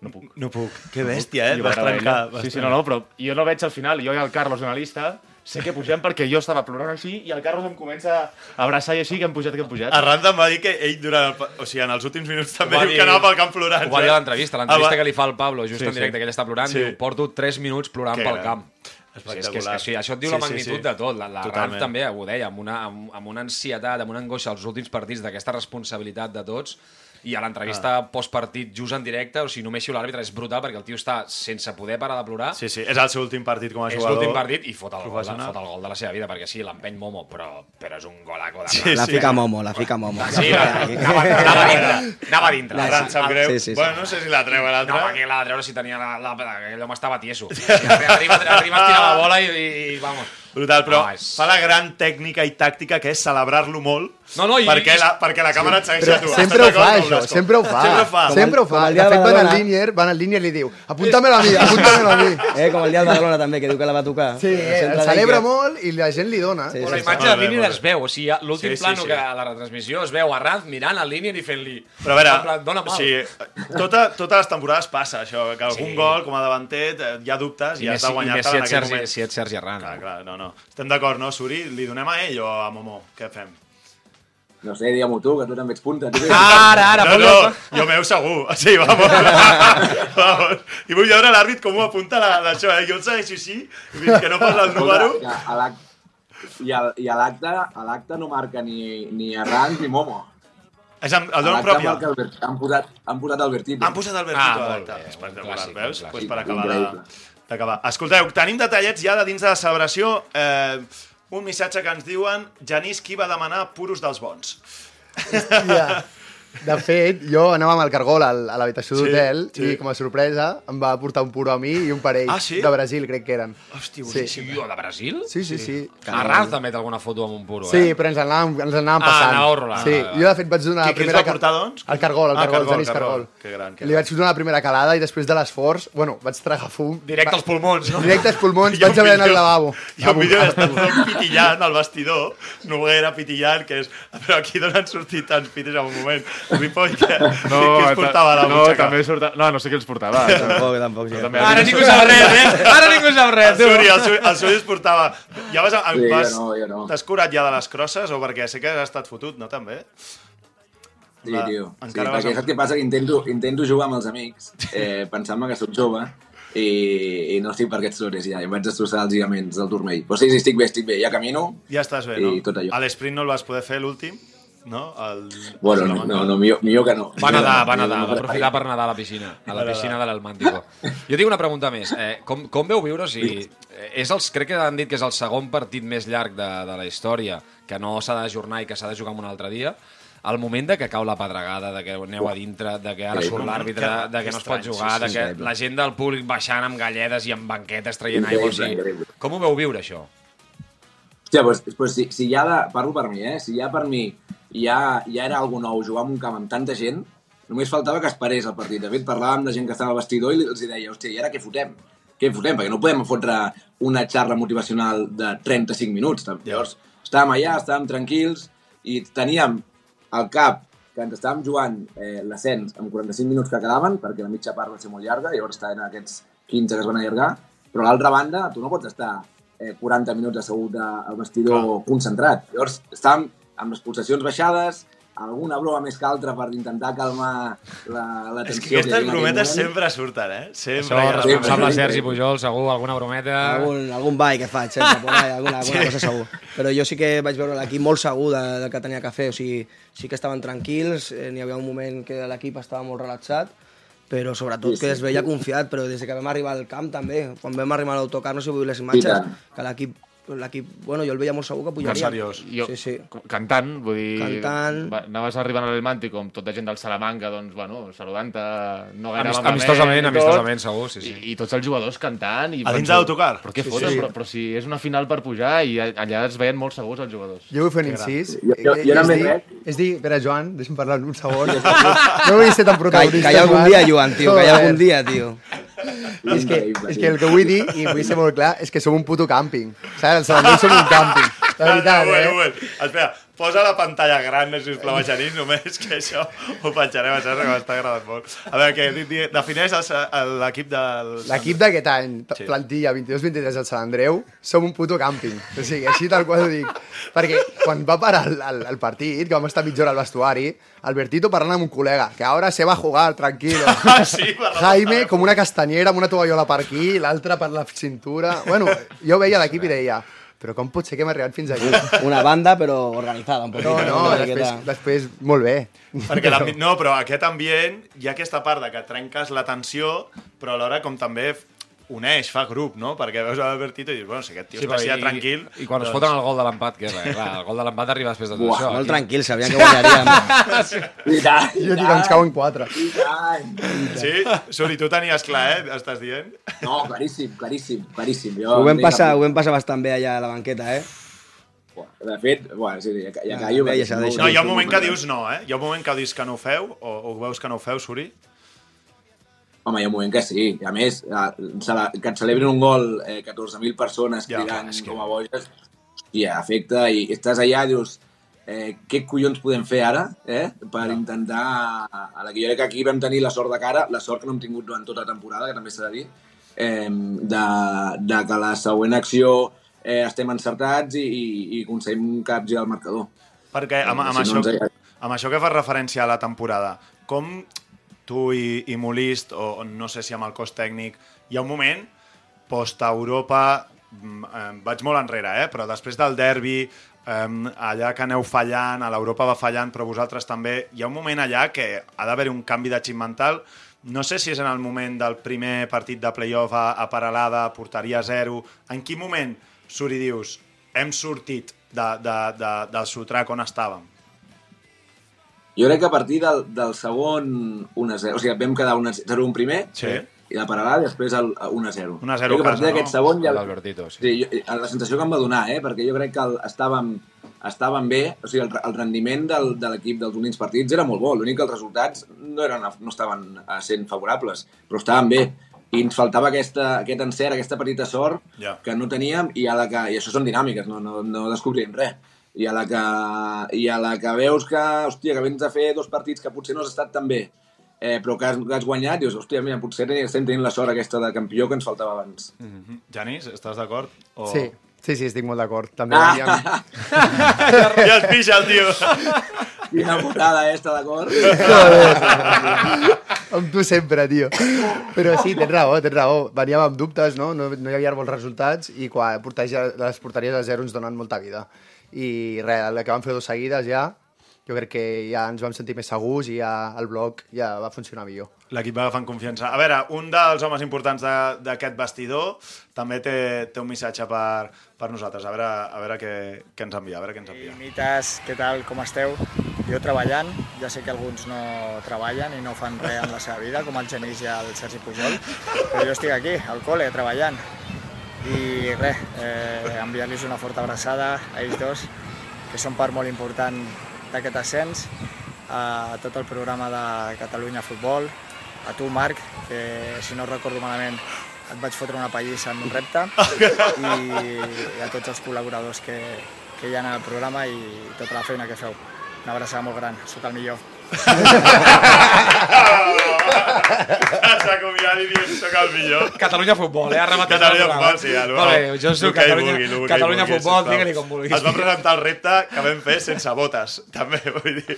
[SPEAKER 6] no puc.
[SPEAKER 3] No puc. Que bèstia, eh?
[SPEAKER 6] I ho
[SPEAKER 3] Vas
[SPEAKER 6] va gravar
[SPEAKER 3] trencar.
[SPEAKER 6] ella.
[SPEAKER 3] vas
[SPEAKER 6] Sí, sí, no, no, però jo no veig al final, jo i el Carlos, analista, sé que pugem perquè jo estava plorant així i el Carlos em comença a abraçar i així que hem pujat, que hem pujat.
[SPEAKER 3] Arran em va dir que ell durant el... pa- O sigui, en els últims minuts també
[SPEAKER 8] va
[SPEAKER 3] diu
[SPEAKER 8] dir-
[SPEAKER 3] que anava pel camp plorant.
[SPEAKER 8] Ho va dir a
[SPEAKER 3] eh?
[SPEAKER 8] l'entrevista,
[SPEAKER 3] Ah,
[SPEAKER 8] l'entrevista
[SPEAKER 3] va-
[SPEAKER 8] que li fa el Pablo, just
[SPEAKER 3] Sí,
[SPEAKER 8] en directe,
[SPEAKER 3] sí.
[SPEAKER 8] que ell està plorant,
[SPEAKER 3] Sí.
[SPEAKER 8] diu, porto 3 minuts plorant
[SPEAKER 3] Que
[SPEAKER 8] pel
[SPEAKER 3] gran.
[SPEAKER 8] camp. O sigui, és que, és que, sí, això et diu sí, la magnitud sí, sí. de tot. La, la Ralf
[SPEAKER 3] Totalment.
[SPEAKER 8] també ho deia, amb una, amb, amb una ansietat, amb una angoixa als últims partits d'aquesta responsabilitat de tots, i a l'entrevista ah. postpartit just en directe, o sigui, només si l'àrbitre és brutal perquè el tio està sense poder parar de plorar,
[SPEAKER 3] Sí, sí, és el seu últim partit com a
[SPEAKER 8] és
[SPEAKER 3] jugador.
[SPEAKER 8] l'últim partit i fot el, gol, de-
[SPEAKER 3] professional.
[SPEAKER 8] fot el gol de la seva vida, perquè sí, l'empeny Momo, però, però és un golaco de
[SPEAKER 3] Sí,
[SPEAKER 8] Ralf.
[SPEAKER 7] La
[SPEAKER 3] sí.
[SPEAKER 7] fica Momo, la fica Momo.
[SPEAKER 8] Sí, la, anava, anava a dintre, anava a dintre.
[SPEAKER 3] Arran, sap greu.
[SPEAKER 7] Sí, sí, sí.
[SPEAKER 3] Bueno, no sé si la treu a l'altre.
[SPEAKER 8] No, perquè l'ha de treure si tenia la... la, la aquell home estava tieso. Arriba, arriba a tirar la bola i, i, i vamos.
[SPEAKER 3] Brutal, però
[SPEAKER 8] Home,
[SPEAKER 3] no,
[SPEAKER 8] Ah, és-
[SPEAKER 3] fa la gran tècnica i tàctica que és celebrar-lo molt
[SPEAKER 8] No, no, i-
[SPEAKER 3] perquè, la, perquè la càmera et segueix a tu.
[SPEAKER 5] Sempre ho
[SPEAKER 3] Estàs
[SPEAKER 5] fa,
[SPEAKER 3] d'acord,
[SPEAKER 5] això,
[SPEAKER 3] Blasco?
[SPEAKER 5] sempre ho fa.
[SPEAKER 3] Sempre ho fa.
[SPEAKER 5] Sempre ho
[SPEAKER 7] Com
[SPEAKER 5] fa.
[SPEAKER 7] el
[SPEAKER 5] De
[SPEAKER 7] dia de
[SPEAKER 5] fet, van al
[SPEAKER 7] Badalona.
[SPEAKER 5] línier, van al línier i li diu apunta-me-la a mi, apunta-me-la a mi.
[SPEAKER 7] Eh, com el dia de Badalona també, que diu que la va tocar.
[SPEAKER 5] Sí,
[SPEAKER 7] Al
[SPEAKER 5] eh,
[SPEAKER 7] centre
[SPEAKER 5] el
[SPEAKER 7] d'Inca.
[SPEAKER 5] celebra molt i la gent li dona.
[SPEAKER 7] Sí, sí,
[SPEAKER 8] O la
[SPEAKER 7] sí.
[SPEAKER 8] imatge
[SPEAKER 3] Molt
[SPEAKER 8] de
[SPEAKER 3] bé,
[SPEAKER 8] Linier
[SPEAKER 3] molt bé.
[SPEAKER 8] es veu, o sigui, l'últim
[SPEAKER 3] Sí,
[SPEAKER 8] sí,
[SPEAKER 3] sí,
[SPEAKER 8] plano
[SPEAKER 3] sí.
[SPEAKER 8] que a la retransmissió es veu a Ranz mirant a Linier i fent-li...
[SPEAKER 3] Però a veure,
[SPEAKER 8] En plan, dona
[SPEAKER 3] o
[SPEAKER 8] mal.
[SPEAKER 3] sigui, tota, totes les temporades passa això, que algun
[SPEAKER 8] Sí.
[SPEAKER 3] gol, com a davanter, eh, hi ha dubtes i,
[SPEAKER 8] I
[SPEAKER 3] i
[SPEAKER 8] més,
[SPEAKER 3] has de
[SPEAKER 8] si, i més
[SPEAKER 3] guanyar-te
[SPEAKER 8] si
[SPEAKER 3] en
[SPEAKER 8] ets
[SPEAKER 3] aquell
[SPEAKER 8] Sergi,
[SPEAKER 3] moment.
[SPEAKER 8] si ets Sergi Arran.
[SPEAKER 3] Clar, clar, no, no. Estem d'acord, no, Suri? Li donem a ell o a Momo? Què fem?
[SPEAKER 9] No sé, digue-m'ho tu, que tu també ets punta. tio.
[SPEAKER 8] Ara, ara,
[SPEAKER 3] no, no, jo meu segur. Sí, vamos. vamos. I vull veure l'àrbit com ho apunta la- d'això, eh? Jo el segueixo així, fins que no posa el
[SPEAKER 9] Escolta,
[SPEAKER 3] número.
[SPEAKER 9] que a l'ac- I a- i a l'acte a l'acte no marca ni, ni Arran ni Momo.
[SPEAKER 3] És amb, el
[SPEAKER 9] A
[SPEAKER 3] donen
[SPEAKER 9] l'acte
[SPEAKER 3] propi.
[SPEAKER 9] marca Albert, han, posat, han posat Albertito.
[SPEAKER 3] Han posat el
[SPEAKER 8] Ah,
[SPEAKER 3] Bertito.
[SPEAKER 8] molt
[SPEAKER 3] Ah,
[SPEAKER 8] bé, un
[SPEAKER 3] Espectacular,
[SPEAKER 8] clàssic, un
[SPEAKER 3] veus?
[SPEAKER 8] clàssic.
[SPEAKER 3] Pues per acabar
[SPEAKER 9] Increïble.
[SPEAKER 3] de- d'acabar. Escolteu, tenim detallets ja de dins de la celebració. Eh, un missatge que ens diuen Janís, qui va demanar puros dels bons?
[SPEAKER 5] Hòstia. De fet, jo anava amb el cargol al- a l'habitació
[SPEAKER 3] Sí,
[SPEAKER 5] d'hotel
[SPEAKER 3] sí.
[SPEAKER 5] i com a sorpresa em va portar un puro a mi i un parell
[SPEAKER 3] Ah, sí?
[SPEAKER 5] de Brasil, crec que eren. Sí.
[SPEAKER 3] Hosti, boníssim.
[SPEAKER 8] Tio, de Brasil?
[SPEAKER 5] Sí, sí, sí.
[SPEAKER 8] A Ranz també té alguna foto amb un puro,
[SPEAKER 5] Sí,
[SPEAKER 8] eh?
[SPEAKER 5] però ens en anàvem, ens en anàvem
[SPEAKER 8] Ah,
[SPEAKER 5] passant.
[SPEAKER 8] anàveu rolant.
[SPEAKER 5] Sí,
[SPEAKER 8] Vale, vale.
[SPEAKER 5] jo de fet vaig donar
[SPEAKER 3] Qui-
[SPEAKER 5] la
[SPEAKER 3] qui
[SPEAKER 5] primera...
[SPEAKER 3] els va portar, doncs?
[SPEAKER 5] El cargol, el
[SPEAKER 3] Ah,
[SPEAKER 5] cargol,
[SPEAKER 3] Cargol,
[SPEAKER 5] ah, Denis
[SPEAKER 3] Cargol.
[SPEAKER 5] Cargol.
[SPEAKER 3] Que gran, que
[SPEAKER 5] Li
[SPEAKER 3] gran.
[SPEAKER 5] vaig donar la primera calada i després de l'esforç, bueno, vaig tragar fum.
[SPEAKER 8] Directe als pulmons, no?
[SPEAKER 5] Directe als pulmons,
[SPEAKER 3] Jo
[SPEAKER 5] vaig haver d'anar al
[SPEAKER 3] millor-
[SPEAKER 5] lavabo.
[SPEAKER 3] Jo millor estar tot pitillant al vestidor, Noguera pitillant, que és... Però aquí d'on han sortit tants pites en un moment? Ripoll, que, no, que es
[SPEAKER 6] ta-
[SPEAKER 3] portava a la
[SPEAKER 6] no,
[SPEAKER 3] butxaca.
[SPEAKER 6] també surta... No, no sé qui els portava.
[SPEAKER 7] Tampoc, tampoc. Sí.
[SPEAKER 6] també-
[SPEAKER 4] Ara ningú sap res, eh? Ara ningú sap
[SPEAKER 3] El
[SPEAKER 4] res. tu.
[SPEAKER 3] Suri, el Suri, el Suri es portava... Ja vas...
[SPEAKER 9] Sí,
[SPEAKER 3] vas
[SPEAKER 9] ja no, ja no.
[SPEAKER 3] T'has curat ja de les crosses o perquè sé que has estat fotut, no, també?
[SPEAKER 9] Sí,
[SPEAKER 3] Va,
[SPEAKER 9] tio. Sí,
[SPEAKER 3] encara vas
[SPEAKER 9] perquè
[SPEAKER 3] amb-
[SPEAKER 9] saps què passa? Que intento, intento jugar amb els amics, eh, pensant-me que sóc jove, i, i no estic per aquests sores ja, i em vaig destrossar els lligaments del turmell. Però sí, sí, estic bé, estic bé, ja camino.
[SPEAKER 3] Ja estàs bé,
[SPEAKER 9] I
[SPEAKER 3] no?
[SPEAKER 9] tot allò.
[SPEAKER 3] A l'esprint no el vas poder fer, l'últim? No? El...
[SPEAKER 9] Bueno, no, no, no millor, millor que no.
[SPEAKER 8] Va nedar, va
[SPEAKER 9] Millor
[SPEAKER 8] nedar,
[SPEAKER 9] no
[SPEAKER 8] va
[SPEAKER 9] preferir.
[SPEAKER 8] aprofitar per nedar a la piscina, a la piscina de l'Almàntico. Jo tinc una pregunta més. Eh, com, com veu viure si... eh, És els, crec que han dit que és el segon partit més llarg de, de la història, que no s'ha d'ajornar i que s'ha de jugar en un altre dia, el moment de que cau la pedregada, de que aneu a dintre, de que ara
[SPEAKER 9] Sí.
[SPEAKER 8] surt l'àrbitre, de, de que no es pot jugar, de que la gent del públic baixant amb galledes i amb banquetes traient aigua. O sigui,
[SPEAKER 9] Increïble.
[SPEAKER 8] com ho veu viure, això?
[SPEAKER 9] Hòstia, doncs, doncs si, si ja de, parlo per mi, eh? Si ja per mi ja, ja era algo nou jugar en un camp amb tanta gent, només faltava que es parés el partit. De fet, parlàvem de gent que estava al vestidor i els hi deia, hòstia, i ara què fotem? Què fotem? Perquè no podem fotre una xarra motivacional de 35 minuts. Llavors, estàvem allà, estàvem tranquils i teníem al cap que ens estàvem jugant eh, l'ascens amb 45 minuts que quedaven, perquè la mitja part va ser molt llarga, llavors estaven aquests 15 que es van allargar, però a l'altra banda tu no pots estar eh, 40 minuts assegut a- al vestidor Clar. concentrat. Llavors estàvem amb les pulsacions baixades, alguna broma més que altra per intentar calmar la, la
[SPEAKER 3] És
[SPEAKER 9] tensió.
[SPEAKER 3] que aquestes
[SPEAKER 9] hi havia en aquell
[SPEAKER 3] brometes
[SPEAKER 9] moment.
[SPEAKER 3] sempre surten, eh? Sempre.
[SPEAKER 8] Això,
[SPEAKER 3] hi ha les
[SPEAKER 8] responsable
[SPEAKER 9] sí, sí.
[SPEAKER 8] Sergi Pujol, segur, alguna brometa...
[SPEAKER 7] Algun, algun ball que faig, sempre, por ahí, alguna, alguna
[SPEAKER 3] Sí.
[SPEAKER 7] sí. cosa segur. Però jo sí que vaig veure l'equip molt segur de, del que tenia que fer, o sigui, sí que estaven tranquils, eh, n'hi havia un moment que l'equip estava molt relaxat, però sobretot
[SPEAKER 9] Sí, sí.
[SPEAKER 7] que es veia confiat, però des de que vam arribar al camp també, quan vam arribar a l'autocar, no sé si heu vist les imatges,
[SPEAKER 9] tant.
[SPEAKER 7] que l'equip, l'equip, bueno, jo el veia molt segur que
[SPEAKER 3] Que
[SPEAKER 7] pujaria.
[SPEAKER 3] seriós.
[SPEAKER 6] Jo,
[SPEAKER 7] Sí, sí.
[SPEAKER 6] Cantant, vull dir...
[SPEAKER 7] Cantant.
[SPEAKER 6] Va, anaves arribant a l'Atlàntic amb tota gent del Salamanca, doncs, bueno, saludant-te... No gaire
[SPEAKER 8] Amist-
[SPEAKER 6] amablement
[SPEAKER 8] amistosament,
[SPEAKER 6] i tot.
[SPEAKER 8] amistosament, segur, sí, sí.
[SPEAKER 6] I, I tots els jugadors cantant... I
[SPEAKER 3] A dins
[SPEAKER 6] penso,
[SPEAKER 3] de l'autocar?
[SPEAKER 6] Però què
[SPEAKER 3] Sí,
[SPEAKER 6] foten?
[SPEAKER 3] sí.
[SPEAKER 6] Però, però si és una final per pujar i a- allà es veien molt segurs els jugadors.
[SPEAKER 5] Jo vull fer un incís.
[SPEAKER 9] Jo- jo- jo
[SPEAKER 5] és,
[SPEAKER 9] només
[SPEAKER 5] dir,
[SPEAKER 9] veig-
[SPEAKER 5] és dir, espera, Joan, deixa'm parlar un segon. no vull ser tan
[SPEAKER 7] Calla,
[SPEAKER 5] protagonista,
[SPEAKER 7] calla algun dia, Joan, tio, calla
[SPEAKER 5] Joder.
[SPEAKER 7] algun dia, tio.
[SPEAKER 5] És que,
[SPEAKER 9] Increïble,
[SPEAKER 5] és
[SPEAKER 9] tio.
[SPEAKER 5] que el que vull dir, i vull ser molt clar, és que som un puto càmping. Saps? El Sabadell som un càmping. La veritat,
[SPEAKER 3] Ah, no, bueno,
[SPEAKER 5] eh?
[SPEAKER 3] bueno. Espera, posa la pantalla gran, sisplau, a Genís, només que això ho penjarem a Serra, que m'està agradant molt. A veure, què, di- di- defineix el sa- el- l'equip del...
[SPEAKER 5] L'equip d'aquest any,
[SPEAKER 3] Sí.
[SPEAKER 5] sí. plantilla 22-23 del Sant Andreu, som un puto càmping. O sigui, així tal qual ho dic. Perquè quan va parar el, el, el partit, que vam estar mitja hora al vestuari, Albertito parlant amb un col·lega, que ara se va a jugar, tranquilo.
[SPEAKER 3] Ah, sí, per la
[SPEAKER 5] Jaime,
[SPEAKER 3] pantalla.
[SPEAKER 5] com una castanyera, amb una tovallola per aquí, l'altra per la cintura... Bueno, jo veia l'equip i deia, però com pot ser que hem arribat fins aquí?
[SPEAKER 7] Una banda, però organitzada, un poquit.
[SPEAKER 5] No, no,
[SPEAKER 7] una
[SPEAKER 5] després,
[SPEAKER 7] miqueta.
[SPEAKER 5] després molt bé.
[SPEAKER 3] Perquè l'ambi- no, però aquest ambient, hi ha aquesta part de que trenques la tensió, però alhora com també uneix, fa grup, no? Perquè veus a l'Albertito i dius, bueno, si aquest tio sí, està així de
[SPEAKER 8] i-
[SPEAKER 3] tranquil...
[SPEAKER 8] I, quan
[SPEAKER 4] Doncs-
[SPEAKER 8] es foten el gol de l'empat, que és res, clar, el gol de l'empat arriba després de tot
[SPEAKER 9] Buah,
[SPEAKER 8] això.
[SPEAKER 7] Molt
[SPEAKER 8] aquí.
[SPEAKER 7] tranquil, sabien que guanyaríem.
[SPEAKER 9] I tant,
[SPEAKER 5] Jo dic,
[SPEAKER 3] Ah.
[SPEAKER 5] ens cauen quatre.
[SPEAKER 9] I tant.
[SPEAKER 3] Sí? Suri, tu tenies clar, eh? Estàs dient?
[SPEAKER 9] No, claríssim, claríssim, claríssim. Jo
[SPEAKER 7] Ho vam
[SPEAKER 9] entenc
[SPEAKER 7] passar,
[SPEAKER 9] que-
[SPEAKER 7] ho vam passar bastant bé allà a la banqueta, eh?
[SPEAKER 9] Buah, De fet, bueno, sí, ja, ja
[SPEAKER 7] Ah,
[SPEAKER 9] callo.
[SPEAKER 7] bé,
[SPEAKER 9] perquè
[SPEAKER 7] ja s'ha
[SPEAKER 9] si
[SPEAKER 7] deixat.
[SPEAKER 3] No, hi ha un moment que dius no, eh? Hi ha un moment que dius que no ho feu, o, o veus que no ho feu, Suri?
[SPEAKER 9] Home, hi ha un moment que sí. I a més, eh, se la- que et celebrin un gol eh, 14.000 persones
[SPEAKER 3] Ja,
[SPEAKER 9] cridant
[SPEAKER 3] és que-
[SPEAKER 9] com a boges, hòstia, afecta i estàs allà i dius eh, què collons podem fer ara eh, per intentar... A la que jo crec que aquí vam tenir la sort de cara, la sort que no hem tingut durant tota la temporada, que també s'ha de dir, eh, de, de que la següent acció eh, estem encertats i, i, i aconseguim un capgir al marcador.
[SPEAKER 3] Perquè amb, amb,
[SPEAKER 9] Si no ens
[SPEAKER 3] això,
[SPEAKER 9] agrada.
[SPEAKER 3] amb això que fa referència a la temporada, com tu i, i Molist, o o no sé si amb el cos tècnic, hi ha un moment, post-Europa, mm, em vaig molt enrere, eh? però després del derbi, em, allà que aneu fallant, a l'Europa va fallant, però vosaltres també, hi ha un moment allà que ha d'haver-hi un canvi de xip mental, no sé si és en el moment del primer partit de playoff a, a Paralada, portaria zero, en quin moment, Suri, dius, hem sortit de, de, de, del sotrac on estàvem?
[SPEAKER 9] Jo crec que a partir del, del segon 1-0, o sigui, vam quedar 1-0 un primer,
[SPEAKER 3] Sí.
[SPEAKER 9] i la parada i després el el 1-0. Crec
[SPEAKER 3] 1-0
[SPEAKER 9] que a
[SPEAKER 3] casa,
[SPEAKER 9] partir d'aquest
[SPEAKER 3] no?
[SPEAKER 9] segon ja...
[SPEAKER 8] L'Albertito, sí.
[SPEAKER 9] Sí, jo, eh, la sensació que em va donar, eh? perquè jo crec que el, estàvem, estàvem bé, o sigui, el, el rendiment del, de l'equip dels últims partits era molt bo, l'únic que els resultats no, eren, no estaven eh, sent favorables, però estaven bé, i ens faltava aquesta, aquest encert, aquesta petita sort
[SPEAKER 3] Ja.
[SPEAKER 9] que no teníem, i, a la que, i això són dinàmiques, no, no, no descobrim res. i a la que, i a la que veus que, hòstia, que vens a fer dos partits que potser no has estat tan bé, eh, però que has, que has guanyat, dius, hòstia, mira, potser teni- estem tenint la sort aquesta de campió que ens faltava abans.
[SPEAKER 3] Mhm. Janis, estàs d'acord? O...
[SPEAKER 5] Sí, sí, sí, estic molt d'acord. També
[SPEAKER 9] Ah.
[SPEAKER 5] ah.
[SPEAKER 3] Ja es pixa el tio.
[SPEAKER 9] Quina putada, eh, està d'acord?
[SPEAKER 5] amb tu sempre, tio. Però sí, tens raó, tens raó. Veníem amb dubtes, no? No, no hi havia molts resultats i quan porteja, les porteries a zero ens donen molta vida. I res, el que vam fer dues seguides ja, jo crec que ja ens vam sentir més segurs i ja el bloc ja va funcionar millor.
[SPEAKER 3] L'equip va agafant confiança. A veure, un dels homes importants de- d'aquest vestidor també té, té un missatge per, per nosaltres. A veure, a veure què, què ens envia, a veure què ens envia.
[SPEAKER 10] Mites, què tal, com esteu? Jo treballant, ja sé que alguns no treballen i no fan res en la seva vida, com el Genís i el Sergi Pujol, però jo estic aquí, al col·le, treballant. I res, eh, enviar-los una forta abraçada a ells dos, que són part molt important d'aquest ascens, a tot el programa de Catalunya Futbol, a tu, Marc, que si no recordo malament et vaig fotre una pallissa en un repte, i, i a tots els col·laboradors que, que hi ha al programa i tota la feina que feu. Una abraçada molt gran, sóc el millor.
[SPEAKER 3] S'ha acomiadat i diu, soc el millor.
[SPEAKER 4] Catalunya Futbol, eh? Ha rematat el
[SPEAKER 3] Catalunya
[SPEAKER 4] programa.
[SPEAKER 3] Futbol, sí. El,
[SPEAKER 4] Molt bé, jo
[SPEAKER 3] el
[SPEAKER 4] soc
[SPEAKER 3] que ell
[SPEAKER 4] Catalunya,
[SPEAKER 3] vulgui, el que ell
[SPEAKER 4] Catalunya
[SPEAKER 3] vulgui,
[SPEAKER 4] Futbol,
[SPEAKER 3] sisplau.
[SPEAKER 4] digue-li com vulguis.
[SPEAKER 3] Es va presentar el repte que vam fer sense botes, també, vull dir.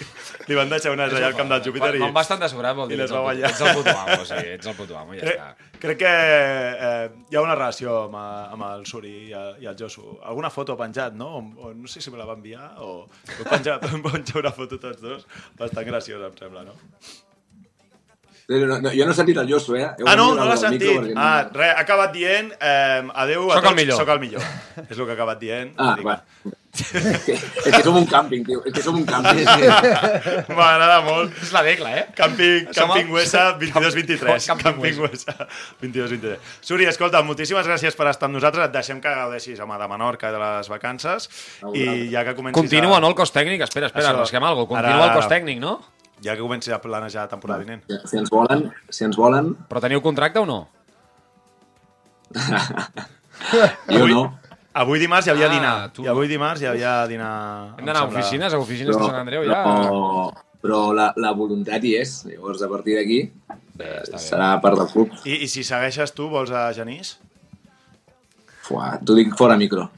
[SPEAKER 3] Li van deixar unes allà al camp del Júpiter i...
[SPEAKER 8] Quan vas tan de sobrat vol
[SPEAKER 3] i
[SPEAKER 8] dir
[SPEAKER 3] les
[SPEAKER 8] ets el,
[SPEAKER 3] va
[SPEAKER 8] puto-
[SPEAKER 3] guanyar.
[SPEAKER 8] ets el puto amo, o sigui, ets el puto amo, ja està.
[SPEAKER 3] Crec, crec que eh, hi ha una relació amb, eh, amb el Suri i el, i el Josu. Alguna foto ha penjat, no? O, o no sé si me la va enviar o... Vau penjar, vau penjar una foto tots dos. Bastant graciosa, em sembla, no?
[SPEAKER 9] No, no, no, jo no he sentit el Josu, eh? Heu
[SPEAKER 3] Ah, no,
[SPEAKER 9] dit
[SPEAKER 3] no
[SPEAKER 9] el
[SPEAKER 3] l'ha
[SPEAKER 9] del micro
[SPEAKER 3] sentit.
[SPEAKER 9] perquè no-
[SPEAKER 3] Ah, re, ha acabat dient eh, adeu a
[SPEAKER 8] Soc el
[SPEAKER 3] tots,
[SPEAKER 8] millor.
[SPEAKER 3] soc el millor. És el que ha acabat dient.
[SPEAKER 9] Ah,
[SPEAKER 3] Dic,
[SPEAKER 9] va. és que és que som un càmping, tio. És que som un càmping.
[SPEAKER 3] M'agrada molt.
[SPEAKER 4] És la regla, eh?
[SPEAKER 3] Camping,
[SPEAKER 4] Som a-
[SPEAKER 3] camping Huesa 22-23.
[SPEAKER 4] Camp-
[SPEAKER 3] Camping Huesa 22-23. Suri, escolta, moltíssimes gràcies per estar amb nosaltres. Et deixem que gaudeixis, home, de Menorca, de les vacances. I ja que comencis
[SPEAKER 8] Continua,
[SPEAKER 3] a...
[SPEAKER 8] no, el cos tècnic? Espera, espera,
[SPEAKER 3] Això.
[SPEAKER 8] rasquem alguna cosa. Continua
[SPEAKER 3] Ara-
[SPEAKER 8] el cos tècnic, no?
[SPEAKER 3] Ja que comencis a planejar la temporada vinent.
[SPEAKER 9] Si- Si ens volen, si ens volen,
[SPEAKER 8] Però teniu contracte o no?
[SPEAKER 9] jo
[SPEAKER 3] Ui.
[SPEAKER 9] no.
[SPEAKER 3] Avui dimarts hi havia
[SPEAKER 8] Ah,
[SPEAKER 3] dinar.
[SPEAKER 8] tu
[SPEAKER 3] I avui dimarts hi havia dinar...
[SPEAKER 8] Hem d'anar a
[SPEAKER 3] em sembla.
[SPEAKER 8] oficines, a oficines de Sant Andreu, ja?
[SPEAKER 9] Però, però la, la voluntat hi és. Llavors, a partir d'aquí, eh, serà part del club.
[SPEAKER 3] I, I si segueixes tu, vols a Genís?
[SPEAKER 9] Fuà, t'ho dic fora micro.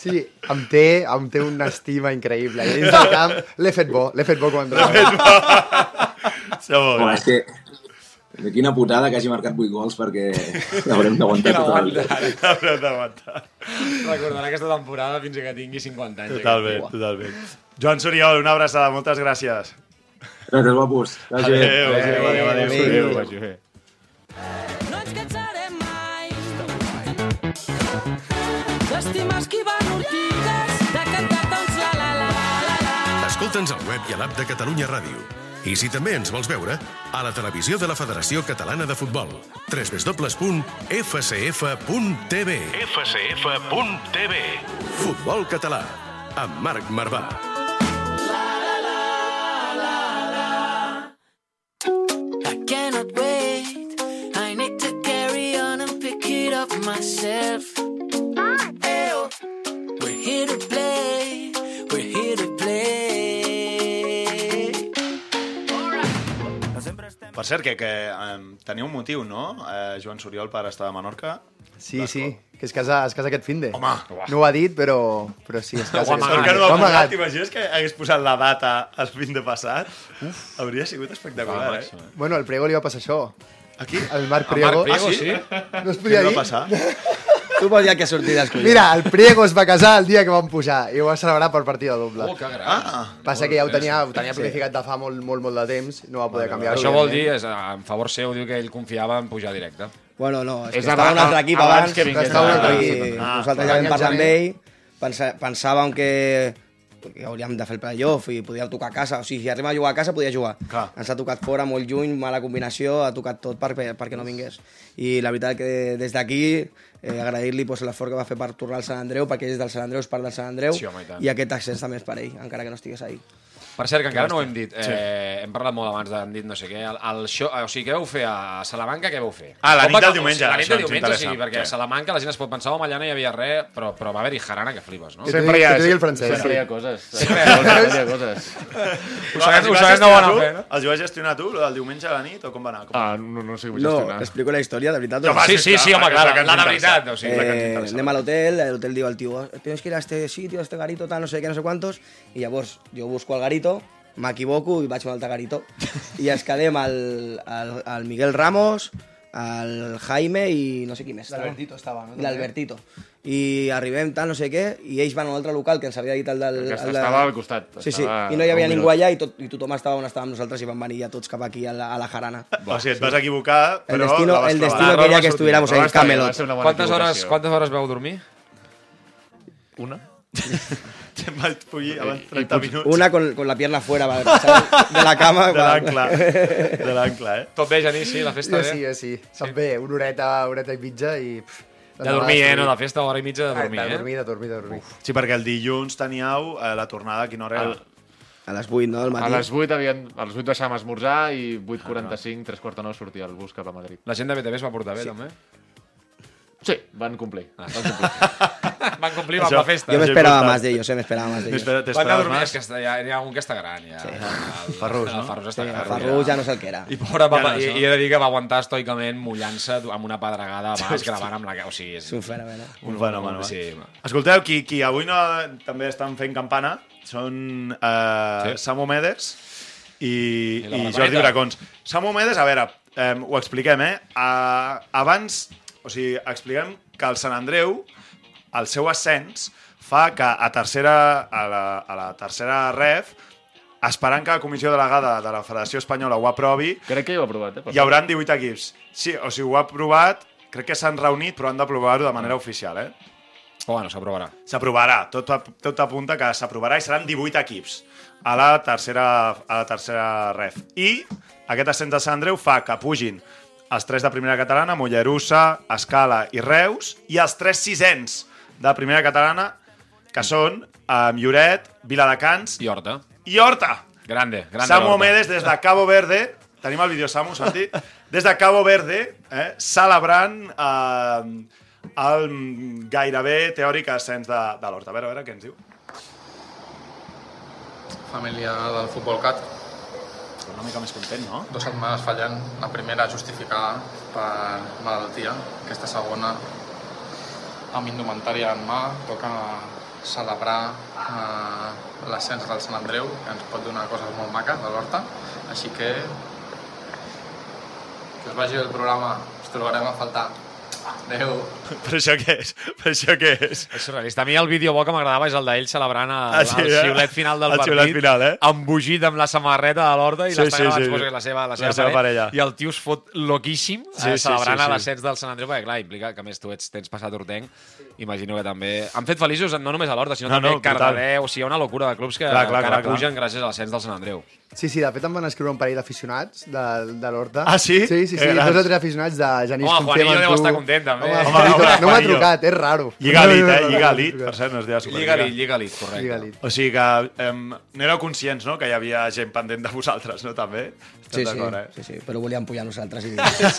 [SPEAKER 5] Sí, em té, em té una estima increïble. I dins del camp l'he fet bo, l'he fet bo com entrava.
[SPEAKER 3] Segur.
[SPEAKER 9] Fuà, és que... Quina putada que hagi marcat 8 gols perquè haurem d'aguantar tota
[SPEAKER 4] Quina
[SPEAKER 9] tot el...
[SPEAKER 4] aguanta.
[SPEAKER 3] Hauràs d'aguantar.
[SPEAKER 4] Recordarà aquesta temporada fins que tingui 50 anys.
[SPEAKER 3] Totalment, totalment. Joan Soriol, una abraçada, moltes gràcies.
[SPEAKER 9] Gràcies, guapos. Gràcies.
[SPEAKER 3] Adéu, adéu, adéu, adéu. adéu.
[SPEAKER 11] No ens cansarem mai. D'estimar esquivant ortigues, de cantar tots la la la la la.
[SPEAKER 2] Escolta'ns al web i a l'app de Catalunya Ràdio. I si també ens vols veure, a la televisió de la Federació Catalana de Futbol. www.fcf.tv fcf.tv Futbol català, amb Marc Marvà.
[SPEAKER 11] I cannot wait. I need to carry on and pick it up myself. Ew. We're here to play. We're here to play.
[SPEAKER 3] Per cert, que, que um, teniu un motiu, no, eh, Joan Soriol, per estar a Menorca?
[SPEAKER 5] Sí, sí, que es casa, es casa aquest finde.
[SPEAKER 3] Home,
[SPEAKER 5] No ho ha dit, però, però sí, es casa.
[SPEAKER 3] ho
[SPEAKER 5] aquest
[SPEAKER 3] amagat.
[SPEAKER 5] finde. Ho
[SPEAKER 3] No ho ha
[SPEAKER 5] ha
[SPEAKER 3] amagat.
[SPEAKER 5] amagat.
[SPEAKER 3] T'imagines que hagués posat la data el fin de passat? Uf, hauria sigut espectacular, eh?
[SPEAKER 5] Bueno, al Priego li va passar això.
[SPEAKER 3] Aquí?
[SPEAKER 5] Al Marc Priego.
[SPEAKER 8] Priego, Ah, sí?
[SPEAKER 5] No es
[SPEAKER 3] Què
[SPEAKER 5] podia
[SPEAKER 3] va
[SPEAKER 5] dir.
[SPEAKER 3] passar?
[SPEAKER 7] Tu vols dir que sortir d'escollir?
[SPEAKER 5] Mira, el Priego es va casar el dia que van pujar i ho va celebrar per partida doble.
[SPEAKER 8] Oh, que gran.
[SPEAKER 5] Ah, Passa que ja ho tenia, ho tenia planificat de fa molt, molt, molt de temps, no va poder canviar.
[SPEAKER 8] Això vol dir, eh? és, en favor seu, diu que ell confiava en pujar directe.
[SPEAKER 7] Bueno, no, és,
[SPEAKER 8] És
[SPEAKER 7] és que estava
[SPEAKER 8] abans-
[SPEAKER 7] un altre equip
[SPEAKER 8] abans
[SPEAKER 7] abans.
[SPEAKER 8] que vingués
[SPEAKER 7] estava un
[SPEAKER 5] la-
[SPEAKER 7] altre
[SPEAKER 5] la-
[SPEAKER 7] equip.
[SPEAKER 5] Ah,
[SPEAKER 7] Nosaltres
[SPEAKER 5] clar,
[SPEAKER 7] ja vam parlar amb ell,
[SPEAKER 5] llançament.
[SPEAKER 7] pensa, pensàvem que que hauríem de fer el playoff i podíem tocar a casa. O sigui, si arribem a jugar a casa, podia jugar.
[SPEAKER 3] Clar.
[SPEAKER 7] Ens ha tocat fora, molt lluny, mala combinació, ha tocat tot per, per- perquè no vingués. I la veritat que des d'aquí eh, agrair-li pues, l'esforç que va fer per tornar al Sant Andreu, perquè és del Sant Andreu, és part del Sant Andreu,
[SPEAKER 8] Sí, home, i tant.
[SPEAKER 7] i aquest accés també és per ell, encara que no estigués ahí.
[SPEAKER 8] Per cert, que encara no ho hem
[SPEAKER 3] bèstia.
[SPEAKER 8] dit. Eh, hem parlat molt abans, de- hem dit no sé què. El, el show, o sigui, què vau fer a Salamanca? Què vau fer?
[SPEAKER 3] Ah, la
[SPEAKER 8] Com
[SPEAKER 3] nit
[SPEAKER 8] va-
[SPEAKER 3] del diumenge,
[SPEAKER 8] La nit
[SPEAKER 3] això
[SPEAKER 8] del
[SPEAKER 3] ens
[SPEAKER 8] diumenge,
[SPEAKER 3] interessa.
[SPEAKER 8] sí, perquè
[SPEAKER 3] Sí.
[SPEAKER 8] a Salamanca la gent es pot pensar, home, allà no hi havia res, però, però va haver-hi jarana que flipes, no?
[SPEAKER 5] Que t'ho digui-
[SPEAKER 3] hi ha
[SPEAKER 5] que t'ho digui el
[SPEAKER 3] això.
[SPEAKER 5] francès.
[SPEAKER 6] Sempre hi ha coses.
[SPEAKER 8] Sempre hi ha
[SPEAKER 6] Sempre hi ha coses.
[SPEAKER 3] Ho els
[SPEAKER 8] sabem- ho
[SPEAKER 3] vas
[SPEAKER 8] sabem, no
[SPEAKER 3] gestionar
[SPEAKER 8] ho van
[SPEAKER 3] tu?
[SPEAKER 8] fer, no?
[SPEAKER 3] Els vas gestionar tu, el del diumenge a la nit, o com va anar? Com...
[SPEAKER 6] Ah, no, no sé com
[SPEAKER 7] No,
[SPEAKER 6] gestionar.
[SPEAKER 7] t'explico la història, de veritat. o no?
[SPEAKER 3] va,
[SPEAKER 8] Sí, sí, sí, home, clar,
[SPEAKER 3] la que
[SPEAKER 8] la,
[SPEAKER 3] ens
[SPEAKER 8] de
[SPEAKER 3] interessa.
[SPEAKER 8] veritat. O sigui, la que ens
[SPEAKER 7] Eh,
[SPEAKER 8] interessa.
[SPEAKER 7] anem a l'hotel, el hotel diu al tio, tienes que ir a este sitio, a este garito, tal, no sé què, no sé quantos, i llavors jo busco el garito, m'equivoco i vaig a un altre garito. I ens quedem al, al, al Miguel Ramos, al Jaime i no sé qui més. estava.
[SPEAKER 5] L'Albertito estava, no?
[SPEAKER 7] I l'Albertito. I arribem, tal, no sé què, i ells van a un altre local que ens havia dit el del...
[SPEAKER 6] Que
[SPEAKER 7] El de...
[SPEAKER 6] estava al costat,
[SPEAKER 7] Sí, sí,
[SPEAKER 6] estava
[SPEAKER 7] i no hi
[SPEAKER 6] a
[SPEAKER 7] havia
[SPEAKER 6] un
[SPEAKER 7] ningú
[SPEAKER 6] minut.
[SPEAKER 7] allà i, tot, i tothom estava on estàvem nosaltres i van venir ja tots cap aquí a la, a la jarana.
[SPEAKER 3] o sigui, et vas equivocar,
[SPEAKER 7] El
[SPEAKER 3] però la
[SPEAKER 7] destino,
[SPEAKER 3] vas
[SPEAKER 7] el
[SPEAKER 3] clavar.
[SPEAKER 7] destino quería
[SPEAKER 6] La roba
[SPEAKER 7] que
[SPEAKER 6] sortida,
[SPEAKER 7] estuviéramos
[SPEAKER 6] la
[SPEAKER 7] en
[SPEAKER 6] roba està bé, va
[SPEAKER 7] Camelot.
[SPEAKER 6] ser una bona
[SPEAKER 8] Quantes hores,
[SPEAKER 6] equivocació.
[SPEAKER 8] quantes hores vau dormir?
[SPEAKER 6] Una?
[SPEAKER 3] Te'n vas fugir abans 30 minuts
[SPEAKER 7] Una con, con la pierna fuera, va, ¿sabes? de la cama.
[SPEAKER 3] de
[SPEAKER 7] va.
[SPEAKER 3] l'ancla. De l'ancla, eh?
[SPEAKER 8] Tot bé, Genís, sí, la
[SPEAKER 5] Jo
[SPEAKER 8] festa bé.
[SPEAKER 5] sí, jo sí. Se'm ve una horeta, horeta i mitja i... Pff, Ah,
[SPEAKER 8] De dormir, eh? No, la festa, hora i mitja de dormir,
[SPEAKER 5] de
[SPEAKER 8] eh?
[SPEAKER 5] dormir, de dormir, de dormir.
[SPEAKER 3] Sí, perquè el dilluns teníeu eh, la tornada a quina hora era?
[SPEAKER 7] A las 8, ¿no? Del matí.
[SPEAKER 6] A les 8, havien, a les 8 deixàvem esmorzar i 8.45, 3 quarts de 9 sortia el bus cap a Madrid.
[SPEAKER 8] La gent de BTV es va portar bé, també.
[SPEAKER 6] Sí, van complir. Van complir.
[SPEAKER 8] Van complir
[SPEAKER 3] Això-
[SPEAKER 8] amb la festa.
[SPEAKER 7] Yo me
[SPEAKER 3] Això
[SPEAKER 7] esperaba
[SPEAKER 3] important.
[SPEAKER 7] más de ellos, eh, me esperaba más de ellos.
[SPEAKER 3] T'espera-
[SPEAKER 8] Quan de
[SPEAKER 3] T'esperaves
[SPEAKER 8] dormir és
[SPEAKER 3] més?
[SPEAKER 8] que està, ja, hi ha un que està gran, ja. Sí. El, Ferrus, no? El Ferrus està
[SPEAKER 7] Sí,
[SPEAKER 8] gran.
[SPEAKER 7] Farru ja no sé el que era.
[SPEAKER 8] I pobre, va,
[SPEAKER 3] Ja no,
[SPEAKER 8] i,
[SPEAKER 3] això.
[SPEAKER 8] i he de dir que va aguantar estoicament mullant-se amb una pedregada abans gravant amb la... ca- O sigui, és...
[SPEAKER 7] Es un fenomen. eh.
[SPEAKER 3] Un fenomen.
[SPEAKER 8] Sí.
[SPEAKER 3] Sí. Escolteu, qui, qui avui no, també estan fent campana són eh, sí. Samu Medes i,
[SPEAKER 8] I
[SPEAKER 3] i,
[SPEAKER 8] la Barbareta.
[SPEAKER 3] Jordi Bracons. Samu Medes, a veure, eh, ho expliquem, eh? A, abans, o sigui, expliquem que el Sant Andreu, el seu ascens, fa que a tercera, a la, a la tercera ref, esperant que la comissió delegada de la Federació Espanyola ho aprovi,
[SPEAKER 6] Crec que ja ho ha provat, eh? per
[SPEAKER 3] hi hauran 18 equips. Sí, o sigui, ho ha aprovat, crec que s'han reunit, però han d'aprovar-ho de manera oficial, eh?
[SPEAKER 8] Però bueno, s'aprovarà.
[SPEAKER 3] S'aprovarà, tot, ap- tot apunta que s'aprovarà i seran 18 equips a la tercera, a la tercera ref. I aquest ascens de Sant Andreu fa que pugin els tres de primera catalana, Mollerussa, Escala i Reus, i els tres sisens de primera catalana, que són eh, Lloret, Viladecans
[SPEAKER 8] I Horta.
[SPEAKER 3] i Horta.
[SPEAKER 8] eh? Grande, grande.
[SPEAKER 3] Samu
[SPEAKER 8] l'Horta.
[SPEAKER 5] eh?
[SPEAKER 3] Omedes des de Cabo Verde, tenim el vídeo, Samu, Santi, des de Cabo Verde, eh, celebrant eh, el gairebé teòric ascens de, de l'Horta. A veure, a veure què ens diu.
[SPEAKER 12] família del Futbol Cat.
[SPEAKER 3] Una mica més content, no?
[SPEAKER 12] Dos setmanes fallant, la primera justificada per malaltia, aquesta segona amb indumentària en mà, toca celebrar eh, l'ascens del Sant Andreu, que ens pot donar coses molt maques de l'Horta, així que que us vagi bé el programa, us trobarem a faltar. Adéu!
[SPEAKER 3] Però això què és? Però això què és?
[SPEAKER 8] És surrealista. A mi el vídeo bo que m'agradava és el d'ell celebrant el,
[SPEAKER 3] Ah, sí,
[SPEAKER 8] el
[SPEAKER 3] eh?
[SPEAKER 8] xiulet final del
[SPEAKER 3] El
[SPEAKER 8] partit.
[SPEAKER 3] xiulet final, eh?
[SPEAKER 8] Embogit amb la samarreta de l'Horta i
[SPEAKER 3] Sí,
[SPEAKER 8] l'està
[SPEAKER 3] sí,
[SPEAKER 8] gravant,
[SPEAKER 3] sí,
[SPEAKER 8] suposo
[SPEAKER 3] sí.
[SPEAKER 8] que la seva, la
[SPEAKER 3] La
[SPEAKER 8] seva,
[SPEAKER 3] seva parella.
[SPEAKER 8] I el tio es fot loquíssim
[SPEAKER 3] Sí,
[SPEAKER 8] eh,
[SPEAKER 3] sí,
[SPEAKER 8] celebrant
[SPEAKER 3] sí, sí.
[SPEAKER 8] l'ascens del Sant Andreu, perquè clar, implica que a més tu ets, tens passat hortenc. Imagino que també... Han fet feliços no només a l'Horta, sinó
[SPEAKER 3] No,
[SPEAKER 8] també
[SPEAKER 3] no,
[SPEAKER 8] no,
[SPEAKER 3] brutal.
[SPEAKER 8] Cardedeu. O sigui, hi ha una locura de clubs que
[SPEAKER 3] Clar, clar,
[SPEAKER 8] encara
[SPEAKER 3] clar, clar.
[SPEAKER 8] pugen gràcies a l'ascens del Sant Andreu.
[SPEAKER 5] Sí, sí, de fet em van escriure un parell d'aficionats de, de l'Horta.
[SPEAKER 3] Ah, sí?
[SPEAKER 5] Sí, sí, sí,
[SPEAKER 3] Que grans.
[SPEAKER 5] dos o tres aficionats de Genís.
[SPEAKER 8] Home,
[SPEAKER 5] confiem en
[SPEAKER 8] Juanillo deu
[SPEAKER 5] tu.
[SPEAKER 8] estar content, també.
[SPEAKER 5] Home,
[SPEAKER 8] Home,
[SPEAKER 5] Juanito,
[SPEAKER 3] home,
[SPEAKER 5] no m'ha
[SPEAKER 3] Juanillo.
[SPEAKER 5] trucat, és raro. No,
[SPEAKER 3] Lliga
[SPEAKER 5] no,
[SPEAKER 3] elit,
[SPEAKER 5] no,
[SPEAKER 3] eh?
[SPEAKER 5] no,
[SPEAKER 3] Lliga
[SPEAKER 5] no, no,
[SPEAKER 3] elit.
[SPEAKER 5] no.
[SPEAKER 3] Per cert, no es deia Superliga.
[SPEAKER 8] Lliga-li, lliga-li, correcte.
[SPEAKER 5] Lliga elit.
[SPEAKER 3] O sigui que eh, n'éreu conscients, no?, que hi havia gent pendent de vosaltres, no?, també? Estem
[SPEAKER 7] Sí, sí,
[SPEAKER 3] d'acord, eh?
[SPEAKER 7] sí, sí, però volien pujar nosaltres. I...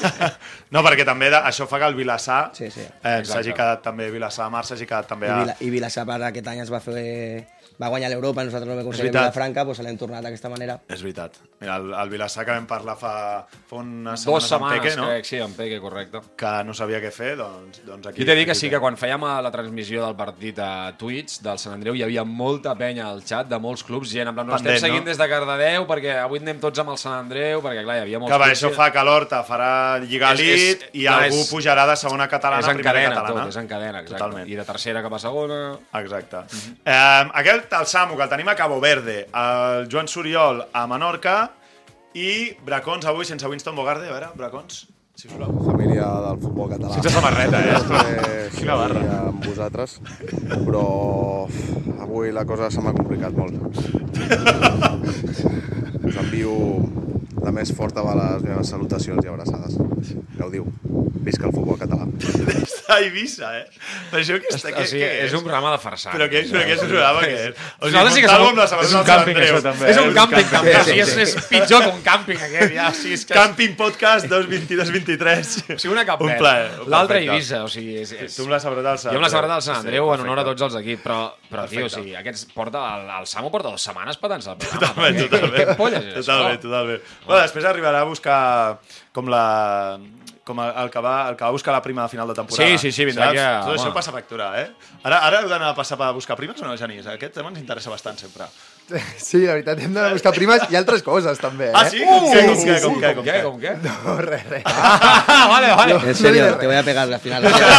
[SPEAKER 3] No, perquè també de, això fa que el Vilassar
[SPEAKER 7] Sí, sí.
[SPEAKER 3] eh, s'hagi quedat també, Vilassar de Mar s'hagi quedat també
[SPEAKER 7] I,
[SPEAKER 3] a...
[SPEAKER 7] Vila, I Vilassar per aquest any es va fer... Va guanyar l'Europa, nosaltres no vam aconseguir
[SPEAKER 3] veritat.
[SPEAKER 7] Vilafranca, doncs l'hem tornat d'aquesta manera.
[SPEAKER 3] És veritat. Mira, el, el Vilassar que vam parlar fa, fa unes setmanes amb
[SPEAKER 8] Dos setmanes,
[SPEAKER 3] Peque, no?
[SPEAKER 8] crec, sí, en Peque, correcte.
[SPEAKER 3] que no sabia què fer, doncs, doncs aquí...
[SPEAKER 8] Jo t'he dit que
[SPEAKER 3] aquí
[SPEAKER 8] sí, que quan fèiem eh, la transmissió del partit a Twitch del Sant Andreu hi havia molta penya al xat de molts clubs, gent, en plan, no estem
[SPEAKER 3] Pendent,
[SPEAKER 8] seguint
[SPEAKER 3] no?
[SPEAKER 8] des de Cardedeu perquè avui anem tots amb el Sant Andreu, perquè clar, hi havia molts
[SPEAKER 3] Que va,
[SPEAKER 8] clubs
[SPEAKER 3] això
[SPEAKER 8] que-
[SPEAKER 3] fa que l'Horta farà Lliga
[SPEAKER 8] És-
[SPEAKER 3] Elite
[SPEAKER 8] és-
[SPEAKER 3] i
[SPEAKER 8] clar,
[SPEAKER 3] algú
[SPEAKER 8] és-
[SPEAKER 3] pujarà de segona catalana
[SPEAKER 8] és
[SPEAKER 3] a
[SPEAKER 8] en
[SPEAKER 3] primera
[SPEAKER 8] cadena,
[SPEAKER 3] catalana.
[SPEAKER 8] tot, és en cadena, exacte.
[SPEAKER 3] Totalment.
[SPEAKER 8] I de tercera cap a segona...
[SPEAKER 3] Exacte.
[SPEAKER 8] Mhm.
[SPEAKER 3] eh, aquest, el Samu, que el tenim a Cabo Verde, el Joan Soriol a Menorca i Bracons avui sense Winston Bogarde. A veure, Bracons, sisplau.
[SPEAKER 12] Família del futbol català.
[SPEAKER 3] Sense samarreta, eh?
[SPEAKER 12] eh?
[SPEAKER 3] Quina barra.
[SPEAKER 12] Amb vosaltres, però uf, avui la cosa se m'ha complicat molt. Us envio la més forta de les meves salutacions i abraçades. Gaudiu.
[SPEAKER 13] Visca el futbol català.
[SPEAKER 3] A Eivissa, eh? Per això que està...
[SPEAKER 8] O sigui, és un programa de farsant.
[SPEAKER 3] Però què és? Però què és un programa que és? O sigui,
[SPEAKER 8] Nosaltres sí que som-
[SPEAKER 3] Montalvo amb la samarreta
[SPEAKER 8] és un
[SPEAKER 3] del Sant
[SPEAKER 8] càmping,
[SPEAKER 3] Andreu.
[SPEAKER 8] això, també, És un eh? càmping, també. O sigui, és- és pitjor que un càmping, aquest, ja. O sigui, és que-
[SPEAKER 3] Càmping Podcast 222-23. O sigui,
[SPEAKER 8] una
[SPEAKER 3] Un plaer. un
[SPEAKER 8] L'altre
[SPEAKER 3] perfecte.
[SPEAKER 8] Eivissa, o sigui... És, és...
[SPEAKER 3] Tu amb la samarreta del Sant
[SPEAKER 8] Jo amb la samarreta del Sant
[SPEAKER 3] Sí,
[SPEAKER 8] Andreu, en honor a
[SPEAKER 3] perfecte.
[SPEAKER 8] tots els equips, però, però tio, o
[SPEAKER 3] Perfecte.
[SPEAKER 8] sigui, aquests porta, el, el Samu porta dues setmanes petant-se el programa.
[SPEAKER 3] Totalment,
[SPEAKER 8] perquè-
[SPEAKER 3] totalment.
[SPEAKER 8] Què polles és
[SPEAKER 3] totalment,
[SPEAKER 8] això?
[SPEAKER 3] totalment. Bueno, després arribarà a buscar com la com el el que, va, el que va buscar la prima de final de temporada.
[SPEAKER 8] Sí, sí, sí, vindrà
[SPEAKER 3] Saps?
[SPEAKER 8] aquí a-
[SPEAKER 3] Tot això
[SPEAKER 8] home.
[SPEAKER 3] passa factura, eh? Ara, ara heu d'anar a passar per buscar primes o no, Genís? Aquest tema ens interessa bastant sempre.
[SPEAKER 5] Sí, la veritat, hem d'anar a buscar primes i altres coses, també. Eh?
[SPEAKER 3] Ah, sí? Com què, com què, com què, com què?
[SPEAKER 8] Uh! Com què?
[SPEAKER 5] No, res, res.
[SPEAKER 8] Ah, vale, vale.
[SPEAKER 7] En serio, te voy a pegar la final. Aquí en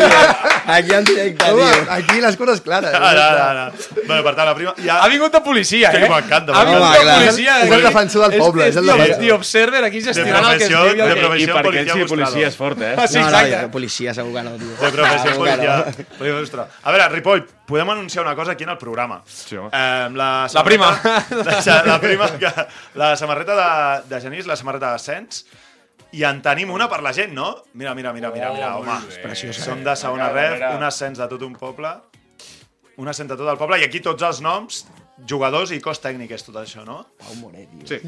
[SPEAKER 7] directe, tío. Aquí en directe, tío.
[SPEAKER 5] Aquí les coses clares. eh?
[SPEAKER 3] Ara, ara, ara. Bueno, per tant, la prima... Ja...
[SPEAKER 8] Ha vingut de policia,
[SPEAKER 3] Que
[SPEAKER 8] eh?
[SPEAKER 3] m'encanta.
[SPEAKER 8] Ha vingut de
[SPEAKER 5] clar.
[SPEAKER 8] policia.
[SPEAKER 5] És el defensor del poble, és el
[SPEAKER 8] tio-
[SPEAKER 5] defensor.
[SPEAKER 8] The Observer aquí gestionant el que es
[SPEAKER 3] professió,
[SPEAKER 8] diu i el
[SPEAKER 3] de
[SPEAKER 8] que-
[SPEAKER 3] professió,
[SPEAKER 8] i per què
[SPEAKER 3] policia
[SPEAKER 8] ets
[SPEAKER 3] mostrado.
[SPEAKER 8] policia és fort, eh?
[SPEAKER 7] No,
[SPEAKER 8] Ah, sí,
[SPEAKER 7] no,
[SPEAKER 8] exacte.
[SPEAKER 7] jo, policia segur que no, tío.
[SPEAKER 3] De professió
[SPEAKER 7] Segur que no.
[SPEAKER 3] policia. Podríem demostrar. A veure, Ripoll, podem anunciar una cosa aquí en el programa. Sí,
[SPEAKER 6] home.
[SPEAKER 3] eh, la,
[SPEAKER 8] La prima.
[SPEAKER 3] La, sa- la prima. Que, la samarreta de, de Genís, la samarreta de Sens, i en tenim una per la gent, no? Mira, mira, mira, mira, mira, home.
[SPEAKER 7] preciosa.
[SPEAKER 3] Som de segona ref, un ascens de tot un poble, un ascens de tot el poble, i aquí tots els noms, jugadors i cos tècnic és tot això, no?
[SPEAKER 6] Sí.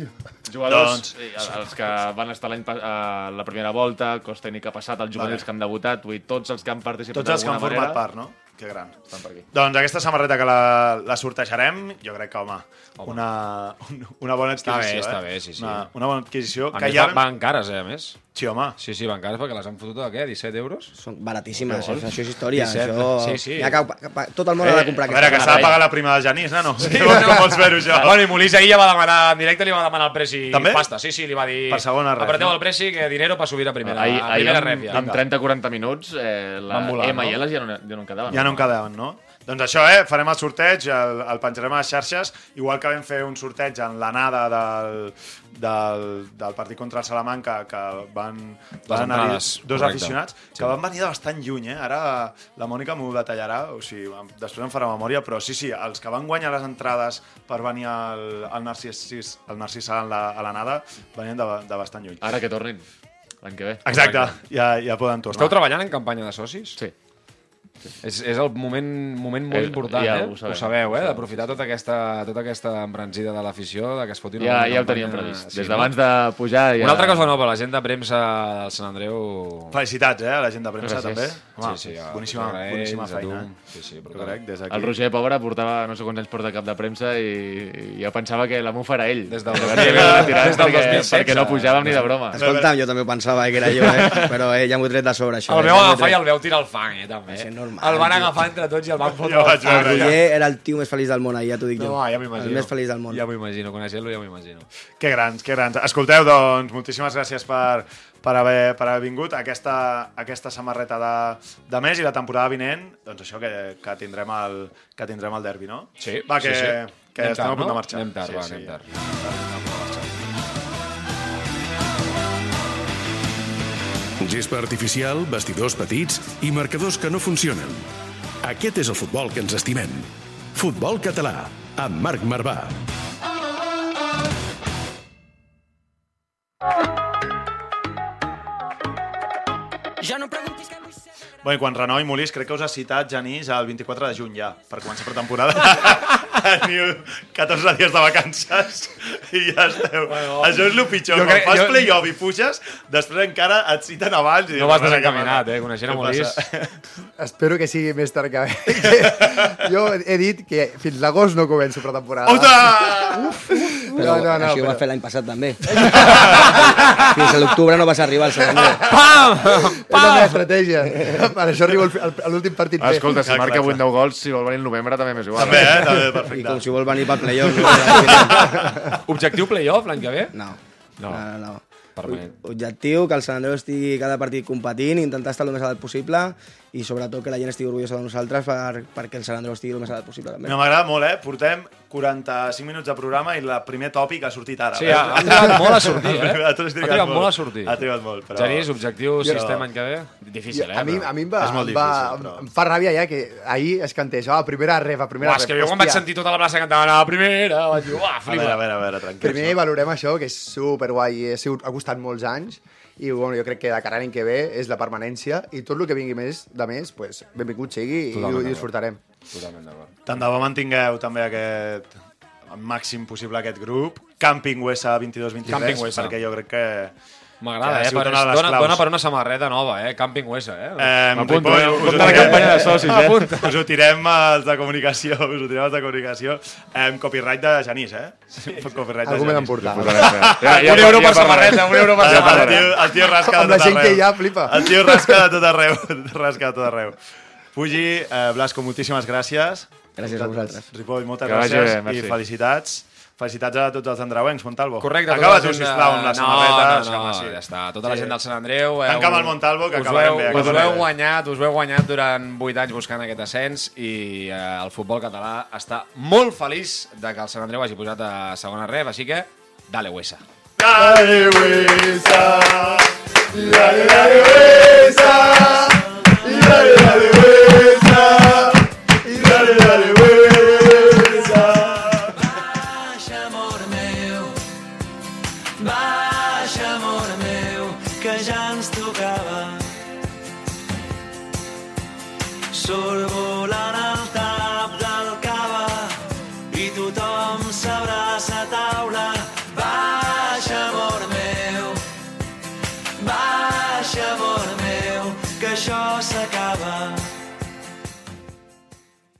[SPEAKER 6] Jugadors,
[SPEAKER 3] Doncs-
[SPEAKER 6] sí, els que van estar l'any pa- eh, la primera volta, cos tècnic que ha passat, els jugadors
[SPEAKER 3] Vale.
[SPEAKER 6] que han debutat, vull dir, tots els que han participat
[SPEAKER 3] Tots els que han
[SPEAKER 6] d'alguna
[SPEAKER 3] format
[SPEAKER 6] manera
[SPEAKER 3] part, no? Que gran.
[SPEAKER 6] estan per aquí.
[SPEAKER 3] Doncs aquesta samarreta que la, la sortejarem, jo crec que, home, una, un- una bona
[SPEAKER 8] Està bé,
[SPEAKER 3] adquisició.
[SPEAKER 8] està
[SPEAKER 3] eh?
[SPEAKER 8] bé, sí, sí.
[SPEAKER 3] Una, una bona adquisició.
[SPEAKER 8] A
[SPEAKER 3] que
[SPEAKER 8] més,
[SPEAKER 3] ja...
[SPEAKER 8] van, van cares, eh, a més.
[SPEAKER 3] Sí, home.
[SPEAKER 8] Sí, sí, van cares perquè les han fotut a què? 17 euros?
[SPEAKER 7] Són baratíssimes, eh?
[SPEAKER 8] Què vols?
[SPEAKER 7] això és història.
[SPEAKER 8] 17.
[SPEAKER 7] Això...
[SPEAKER 8] Sí, Eh, sí.
[SPEAKER 7] Ja, cap, cap, tot el món ha de comprar
[SPEAKER 3] A veure, que
[SPEAKER 7] aquesta
[SPEAKER 3] s'ha de
[SPEAKER 7] samarreta.
[SPEAKER 3] pagar la prima del Genís, nano. Sí, no, no. Com vols fer-ho, això?
[SPEAKER 8] Bueno, i Molís ahir ja va demanar, en directe li va demanar el preu i
[SPEAKER 3] Ah. També?
[SPEAKER 8] pasta. Sí, sí, li va dir...
[SPEAKER 3] Per segona ref,
[SPEAKER 8] Apreteu
[SPEAKER 3] no?
[SPEAKER 8] el preu que dinero per subir a primera,
[SPEAKER 6] Ahir,
[SPEAKER 8] a
[SPEAKER 6] ahir
[SPEAKER 8] primera
[SPEAKER 6] amb,
[SPEAKER 8] ref, ja.
[SPEAKER 6] amb 30-40 minuts, eh, la
[SPEAKER 8] Van volant,
[SPEAKER 6] M i
[SPEAKER 8] no?
[SPEAKER 6] L ja no, ja no en quedaven.
[SPEAKER 3] Ja no en quedaven, no? Doncs això, eh? Farem el sorteig, el, el penjarem a les xarxes, igual que vam fer un sorteig en l'anada del, del, del partit contra el Salamanca, que van, van anar-hi
[SPEAKER 8] entrades,
[SPEAKER 3] dos
[SPEAKER 8] correcte.
[SPEAKER 3] aficionats, que van venir de bastant lluny, eh? Ara la Mònica m'ho detallarà, o sigui, em- després em farà memòria, però sí, sí, els que van guanyar les entrades per venir al, al Narcís, al Narcís Sala en la- a l'anada, venien de, de bastant lluny.
[SPEAKER 6] Ara que tornin, l'any que ve.
[SPEAKER 3] Exacte, ja, ja poden tornar.
[SPEAKER 8] Esteu treballant en campanya de socis?
[SPEAKER 6] Sí.
[SPEAKER 8] És, és el moment, moment molt
[SPEAKER 6] Eh,
[SPEAKER 8] important,
[SPEAKER 6] ja
[SPEAKER 8] eh?
[SPEAKER 6] ho sabem,
[SPEAKER 8] ho sabeu,
[SPEAKER 6] ho
[SPEAKER 8] eh?
[SPEAKER 6] sabem.
[SPEAKER 8] D'aprofitar tota, aquesta, tota aquesta embranzida de l'afició, de que es foti una
[SPEAKER 6] Ja,
[SPEAKER 8] bona
[SPEAKER 6] ja ho
[SPEAKER 8] campanya.
[SPEAKER 6] teníem previst.
[SPEAKER 8] Sí,
[SPEAKER 6] Des
[SPEAKER 8] no?
[SPEAKER 6] d'abans de pujar... Ja...
[SPEAKER 8] Una altra cosa nova, la gent de premsa del Sant Andreu...
[SPEAKER 3] Felicitats, eh, a la gent de premsa,
[SPEAKER 6] Gràcies.
[SPEAKER 3] també. Home, sí, sí,
[SPEAKER 8] a
[SPEAKER 3] boníssima,
[SPEAKER 8] tots ells,
[SPEAKER 3] boníssima
[SPEAKER 8] a
[SPEAKER 3] feina.
[SPEAKER 8] tu. Sí, sí,
[SPEAKER 3] Jo crec,
[SPEAKER 8] brutal.
[SPEAKER 3] des d'aquí.
[SPEAKER 6] El Roger, pobre, portava no sé quants anys porta cap de premsa i, i ja pensava que la mufa era ell.
[SPEAKER 8] Des del-
[SPEAKER 6] I va haver de retirar
[SPEAKER 8] des del
[SPEAKER 6] perquè-
[SPEAKER 8] 2016.
[SPEAKER 6] Perquè no pujàvem ni de broma.
[SPEAKER 7] Escolta'm, jo també ho pensava eh, que era jo, eh? però eh, ja m'ho he tret de sobre, això.
[SPEAKER 8] El
[SPEAKER 7] eh? Ja
[SPEAKER 8] veu
[SPEAKER 7] m'ho he
[SPEAKER 8] agafar i
[SPEAKER 7] tret.
[SPEAKER 8] el veu tirar al fang, eh, també.
[SPEAKER 7] És normal,
[SPEAKER 8] el van
[SPEAKER 7] tio.
[SPEAKER 8] agafar entre tots i el van fotre
[SPEAKER 3] Ja ho
[SPEAKER 8] al
[SPEAKER 3] vaig
[SPEAKER 8] fang.
[SPEAKER 3] veure,
[SPEAKER 7] El
[SPEAKER 3] ja.
[SPEAKER 7] Roger era el tio més feliç del món, ahir, ja t'ho dic jo.
[SPEAKER 8] No, ja m'imagino.
[SPEAKER 7] El més feliç del món.
[SPEAKER 8] Ja m'ho imagino, coneixent-lo ja m'ho imagino.
[SPEAKER 3] Que grans, que grans. Escolteu, doncs, moltíssimes gràcies per, per, haver, per haver vingut. Aquesta, aquesta samarreta de, de mes i la temporada vinent, doncs això que, que, tindrem, el, que tindrem el derbi, no?
[SPEAKER 8] Sí,
[SPEAKER 3] Va, que,
[SPEAKER 8] sí, sí.
[SPEAKER 3] que
[SPEAKER 8] Anem
[SPEAKER 3] estem
[SPEAKER 8] tard,
[SPEAKER 3] a punt
[SPEAKER 8] no?
[SPEAKER 3] de marxar.
[SPEAKER 8] Anem tard,
[SPEAKER 3] sí,
[SPEAKER 8] va,
[SPEAKER 3] sí,
[SPEAKER 8] anem tard.
[SPEAKER 3] Estem a punt de marxar.
[SPEAKER 2] Gespa artificial, vestidors petits i marcadors que no funcionen. Aquest és el futbol que ens estimem. Futbol català, amb Marc Marvà.
[SPEAKER 11] Ya no preguntes que voy ser-
[SPEAKER 3] Bé, i quan Renoi Molís, crec que us ha citat, Genís, el 24 de juny ja, per començar per temporada. Teniu 14 dies de vacances i ja esteu. Bueno, Això és el pitjor.
[SPEAKER 8] jo
[SPEAKER 3] Quan
[SPEAKER 8] crec-
[SPEAKER 3] fas
[SPEAKER 8] jo-
[SPEAKER 3] playoff i puges, després encara et citen abans. I
[SPEAKER 8] No vas
[SPEAKER 3] dius,
[SPEAKER 8] desencaminat,
[SPEAKER 3] "Mare,
[SPEAKER 8] eh? Coneixent
[SPEAKER 3] què
[SPEAKER 8] a Molís...
[SPEAKER 3] passa?"
[SPEAKER 5] Espero que sigui més tard que bé. jo he dit que fins l'agost no començo pretemporada.
[SPEAKER 3] Ostres!
[SPEAKER 7] Però
[SPEAKER 5] No, no, no,
[SPEAKER 7] això ho va
[SPEAKER 5] però-
[SPEAKER 7] fer l'any passat, també. Fins a l'octubre no vas arribar al Sant Andreu.
[SPEAKER 5] És la meva estratègia. Per això arribo al fi- al- a l'últim partit
[SPEAKER 6] Ah, Escolta, si
[SPEAKER 3] Clar,
[SPEAKER 6] marca
[SPEAKER 3] clar,
[SPEAKER 6] 8 10 gols, si vol venir el novembre també m'és igual.
[SPEAKER 3] També, eh? També,
[SPEAKER 7] I
[SPEAKER 3] perfecte.
[SPEAKER 7] com si vol venir pel playoff. No,
[SPEAKER 8] Objectiu playoff l'any que ve?
[SPEAKER 7] no, no.
[SPEAKER 8] No.
[SPEAKER 7] no, no.
[SPEAKER 8] Permanent.
[SPEAKER 7] Objectiu, que el Sant Andreu estigui cada partit competint, intentar estar el més adat possible i sobretot que la gent estigui orgullosa de nosaltres per, perquè el Sant Andreu estigui el més adat possible també.
[SPEAKER 3] No, m'agrada molt, eh? Portem 45 minuts de programa i el primer tòpic ha sortit ara.
[SPEAKER 8] Sí,
[SPEAKER 3] veus?
[SPEAKER 8] ha, ha trigat molt a sortir, eh?
[SPEAKER 3] Ha trigat molt.
[SPEAKER 8] a sortir.
[SPEAKER 3] Ha trigat molt, però-
[SPEAKER 8] Genís, objectiu,
[SPEAKER 3] Jo-
[SPEAKER 8] sistema any que ve? Difícil, eh?
[SPEAKER 5] a mi,
[SPEAKER 8] però-
[SPEAKER 5] a mi em va,
[SPEAKER 3] És molt
[SPEAKER 5] em, va
[SPEAKER 3] difícil, però-
[SPEAKER 5] em fa ràbia ja que ahir es cantés, ah, primera ref, a primera
[SPEAKER 8] Uah,
[SPEAKER 5] ref.
[SPEAKER 8] és que jo quan vaig
[SPEAKER 5] Hòstia,
[SPEAKER 8] sentir tota la plaça cantant a la primera, vaig dir, uah,
[SPEAKER 3] A veure, a
[SPEAKER 8] flipa.
[SPEAKER 3] veure, a veure, tranquils.
[SPEAKER 5] Primer valorem això, que és superguai, ha, sigut, ha costat molts anys, i bueno, jo crec que de cara a l'any que ve és la permanència i tot el que vingui més de més, pues, benvingut sigui i, i ho
[SPEAKER 3] Totalment d'acord.
[SPEAKER 5] disfrutarem.
[SPEAKER 8] Totalment d'acord.
[SPEAKER 3] Tant de bo mantingueu també aquest el màxim possible aquest grup. Camping USA 22-23,
[SPEAKER 8] Camping ah. USA.
[SPEAKER 3] perquè jo crec que...
[SPEAKER 8] M'agrada,
[SPEAKER 3] que
[SPEAKER 8] eh?
[SPEAKER 3] ha sigut
[SPEAKER 8] Per,
[SPEAKER 3] una de les
[SPEAKER 8] dona,
[SPEAKER 3] claus.
[SPEAKER 8] dona per una samarreta nova, eh? Camping USA, eh?
[SPEAKER 3] Eh,
[SPEAKER 8] M'apunto,
[SPEAKER 3] Ripoll,
[SPEAKER 8] eh?
[SPEAKER 3] us ho
[SPEAKER 8] Apunta la
[SPEAKER 3] tirem-
[SPEAKER 8] campanya de socis, eh?
[SPEAKER 3] Apunta. Us ho tirem als de comunicació, us ho tirem als de comunicació. Eh, copyright de Janís, eh? Sí. Copyright
[SPEAKER 5] Algú me l'han portat.
[SPEAKER 3] Ja, ja,
[SPEAKER 4] Un euro
[SPEAKER 3] ja
[SPEAKER 4] per samarreta, un euro per
[SPEAKER 3] El-
[SPEAKER 4] samarreta.
[SPEAKER 3] El tio, el tio rasca
[SPEAKER 4] Amb
[SPEAKER 3] de
[SPEAKER 4] la
[SPEAKER 3] tot
[SPEAKER 4] gent
[SPEAKER 3] arreu.
[SPEAKER 4] que hi ha, flipa.
[SPEAKER 3] El tio rasca de tot arreu. rasca de tot arreu. Pugi, eh, Blasco, moltíssimes gràcies.
[SPEAKER 7] Gràcies a vosaltres.
[SPEAKER 3] Ripoll, moltes
[SPEAKER 7] Que vagi
[SPEAKER 3] gràcies
[SPEAKER 7] bé,
[SPEAKER 3] i
[SPEAKER 7] merci.
[SPEAKER 3] felicitats. Felicitats a tots els andreuencs, Montalvo.
[SPEAKER 8] Correcte.
[SPEAKER 3] Acaba tu,
[SPEAKER 8] tota la gent de-
[SPEAKER 3] sisplau, amb la
[SPEAKER 8] no,
[SPEAKER 3] samarreta.
[SPEAKER 8] No, no, ja està. Tota la gent del Sant Andreu...
[SPEAKER 3] Tanca amb el Montalvo, que acabarem bé,
[SPEAKER 8] Us
[SPEAKER 3] acabarem
[SPEAKER 8] ho heu
[SPEAKER 3] bé.
[SPEAKER 8] guanyat, us ho heu guanyat durant 8 anys buscant aquest ascens i eh, el futbol català està molt feliç de que el Sant Andreu hagi posat a segona rep, així que dale huesa.
[SPEAKER 4] Dale huesa, dale, dale huesa, dale, dale huesa, dale, dale huesa.
[SPEAKER 1] Baixa, amor meu, baixa, amor meu, que ja ens tocava. Sorbo la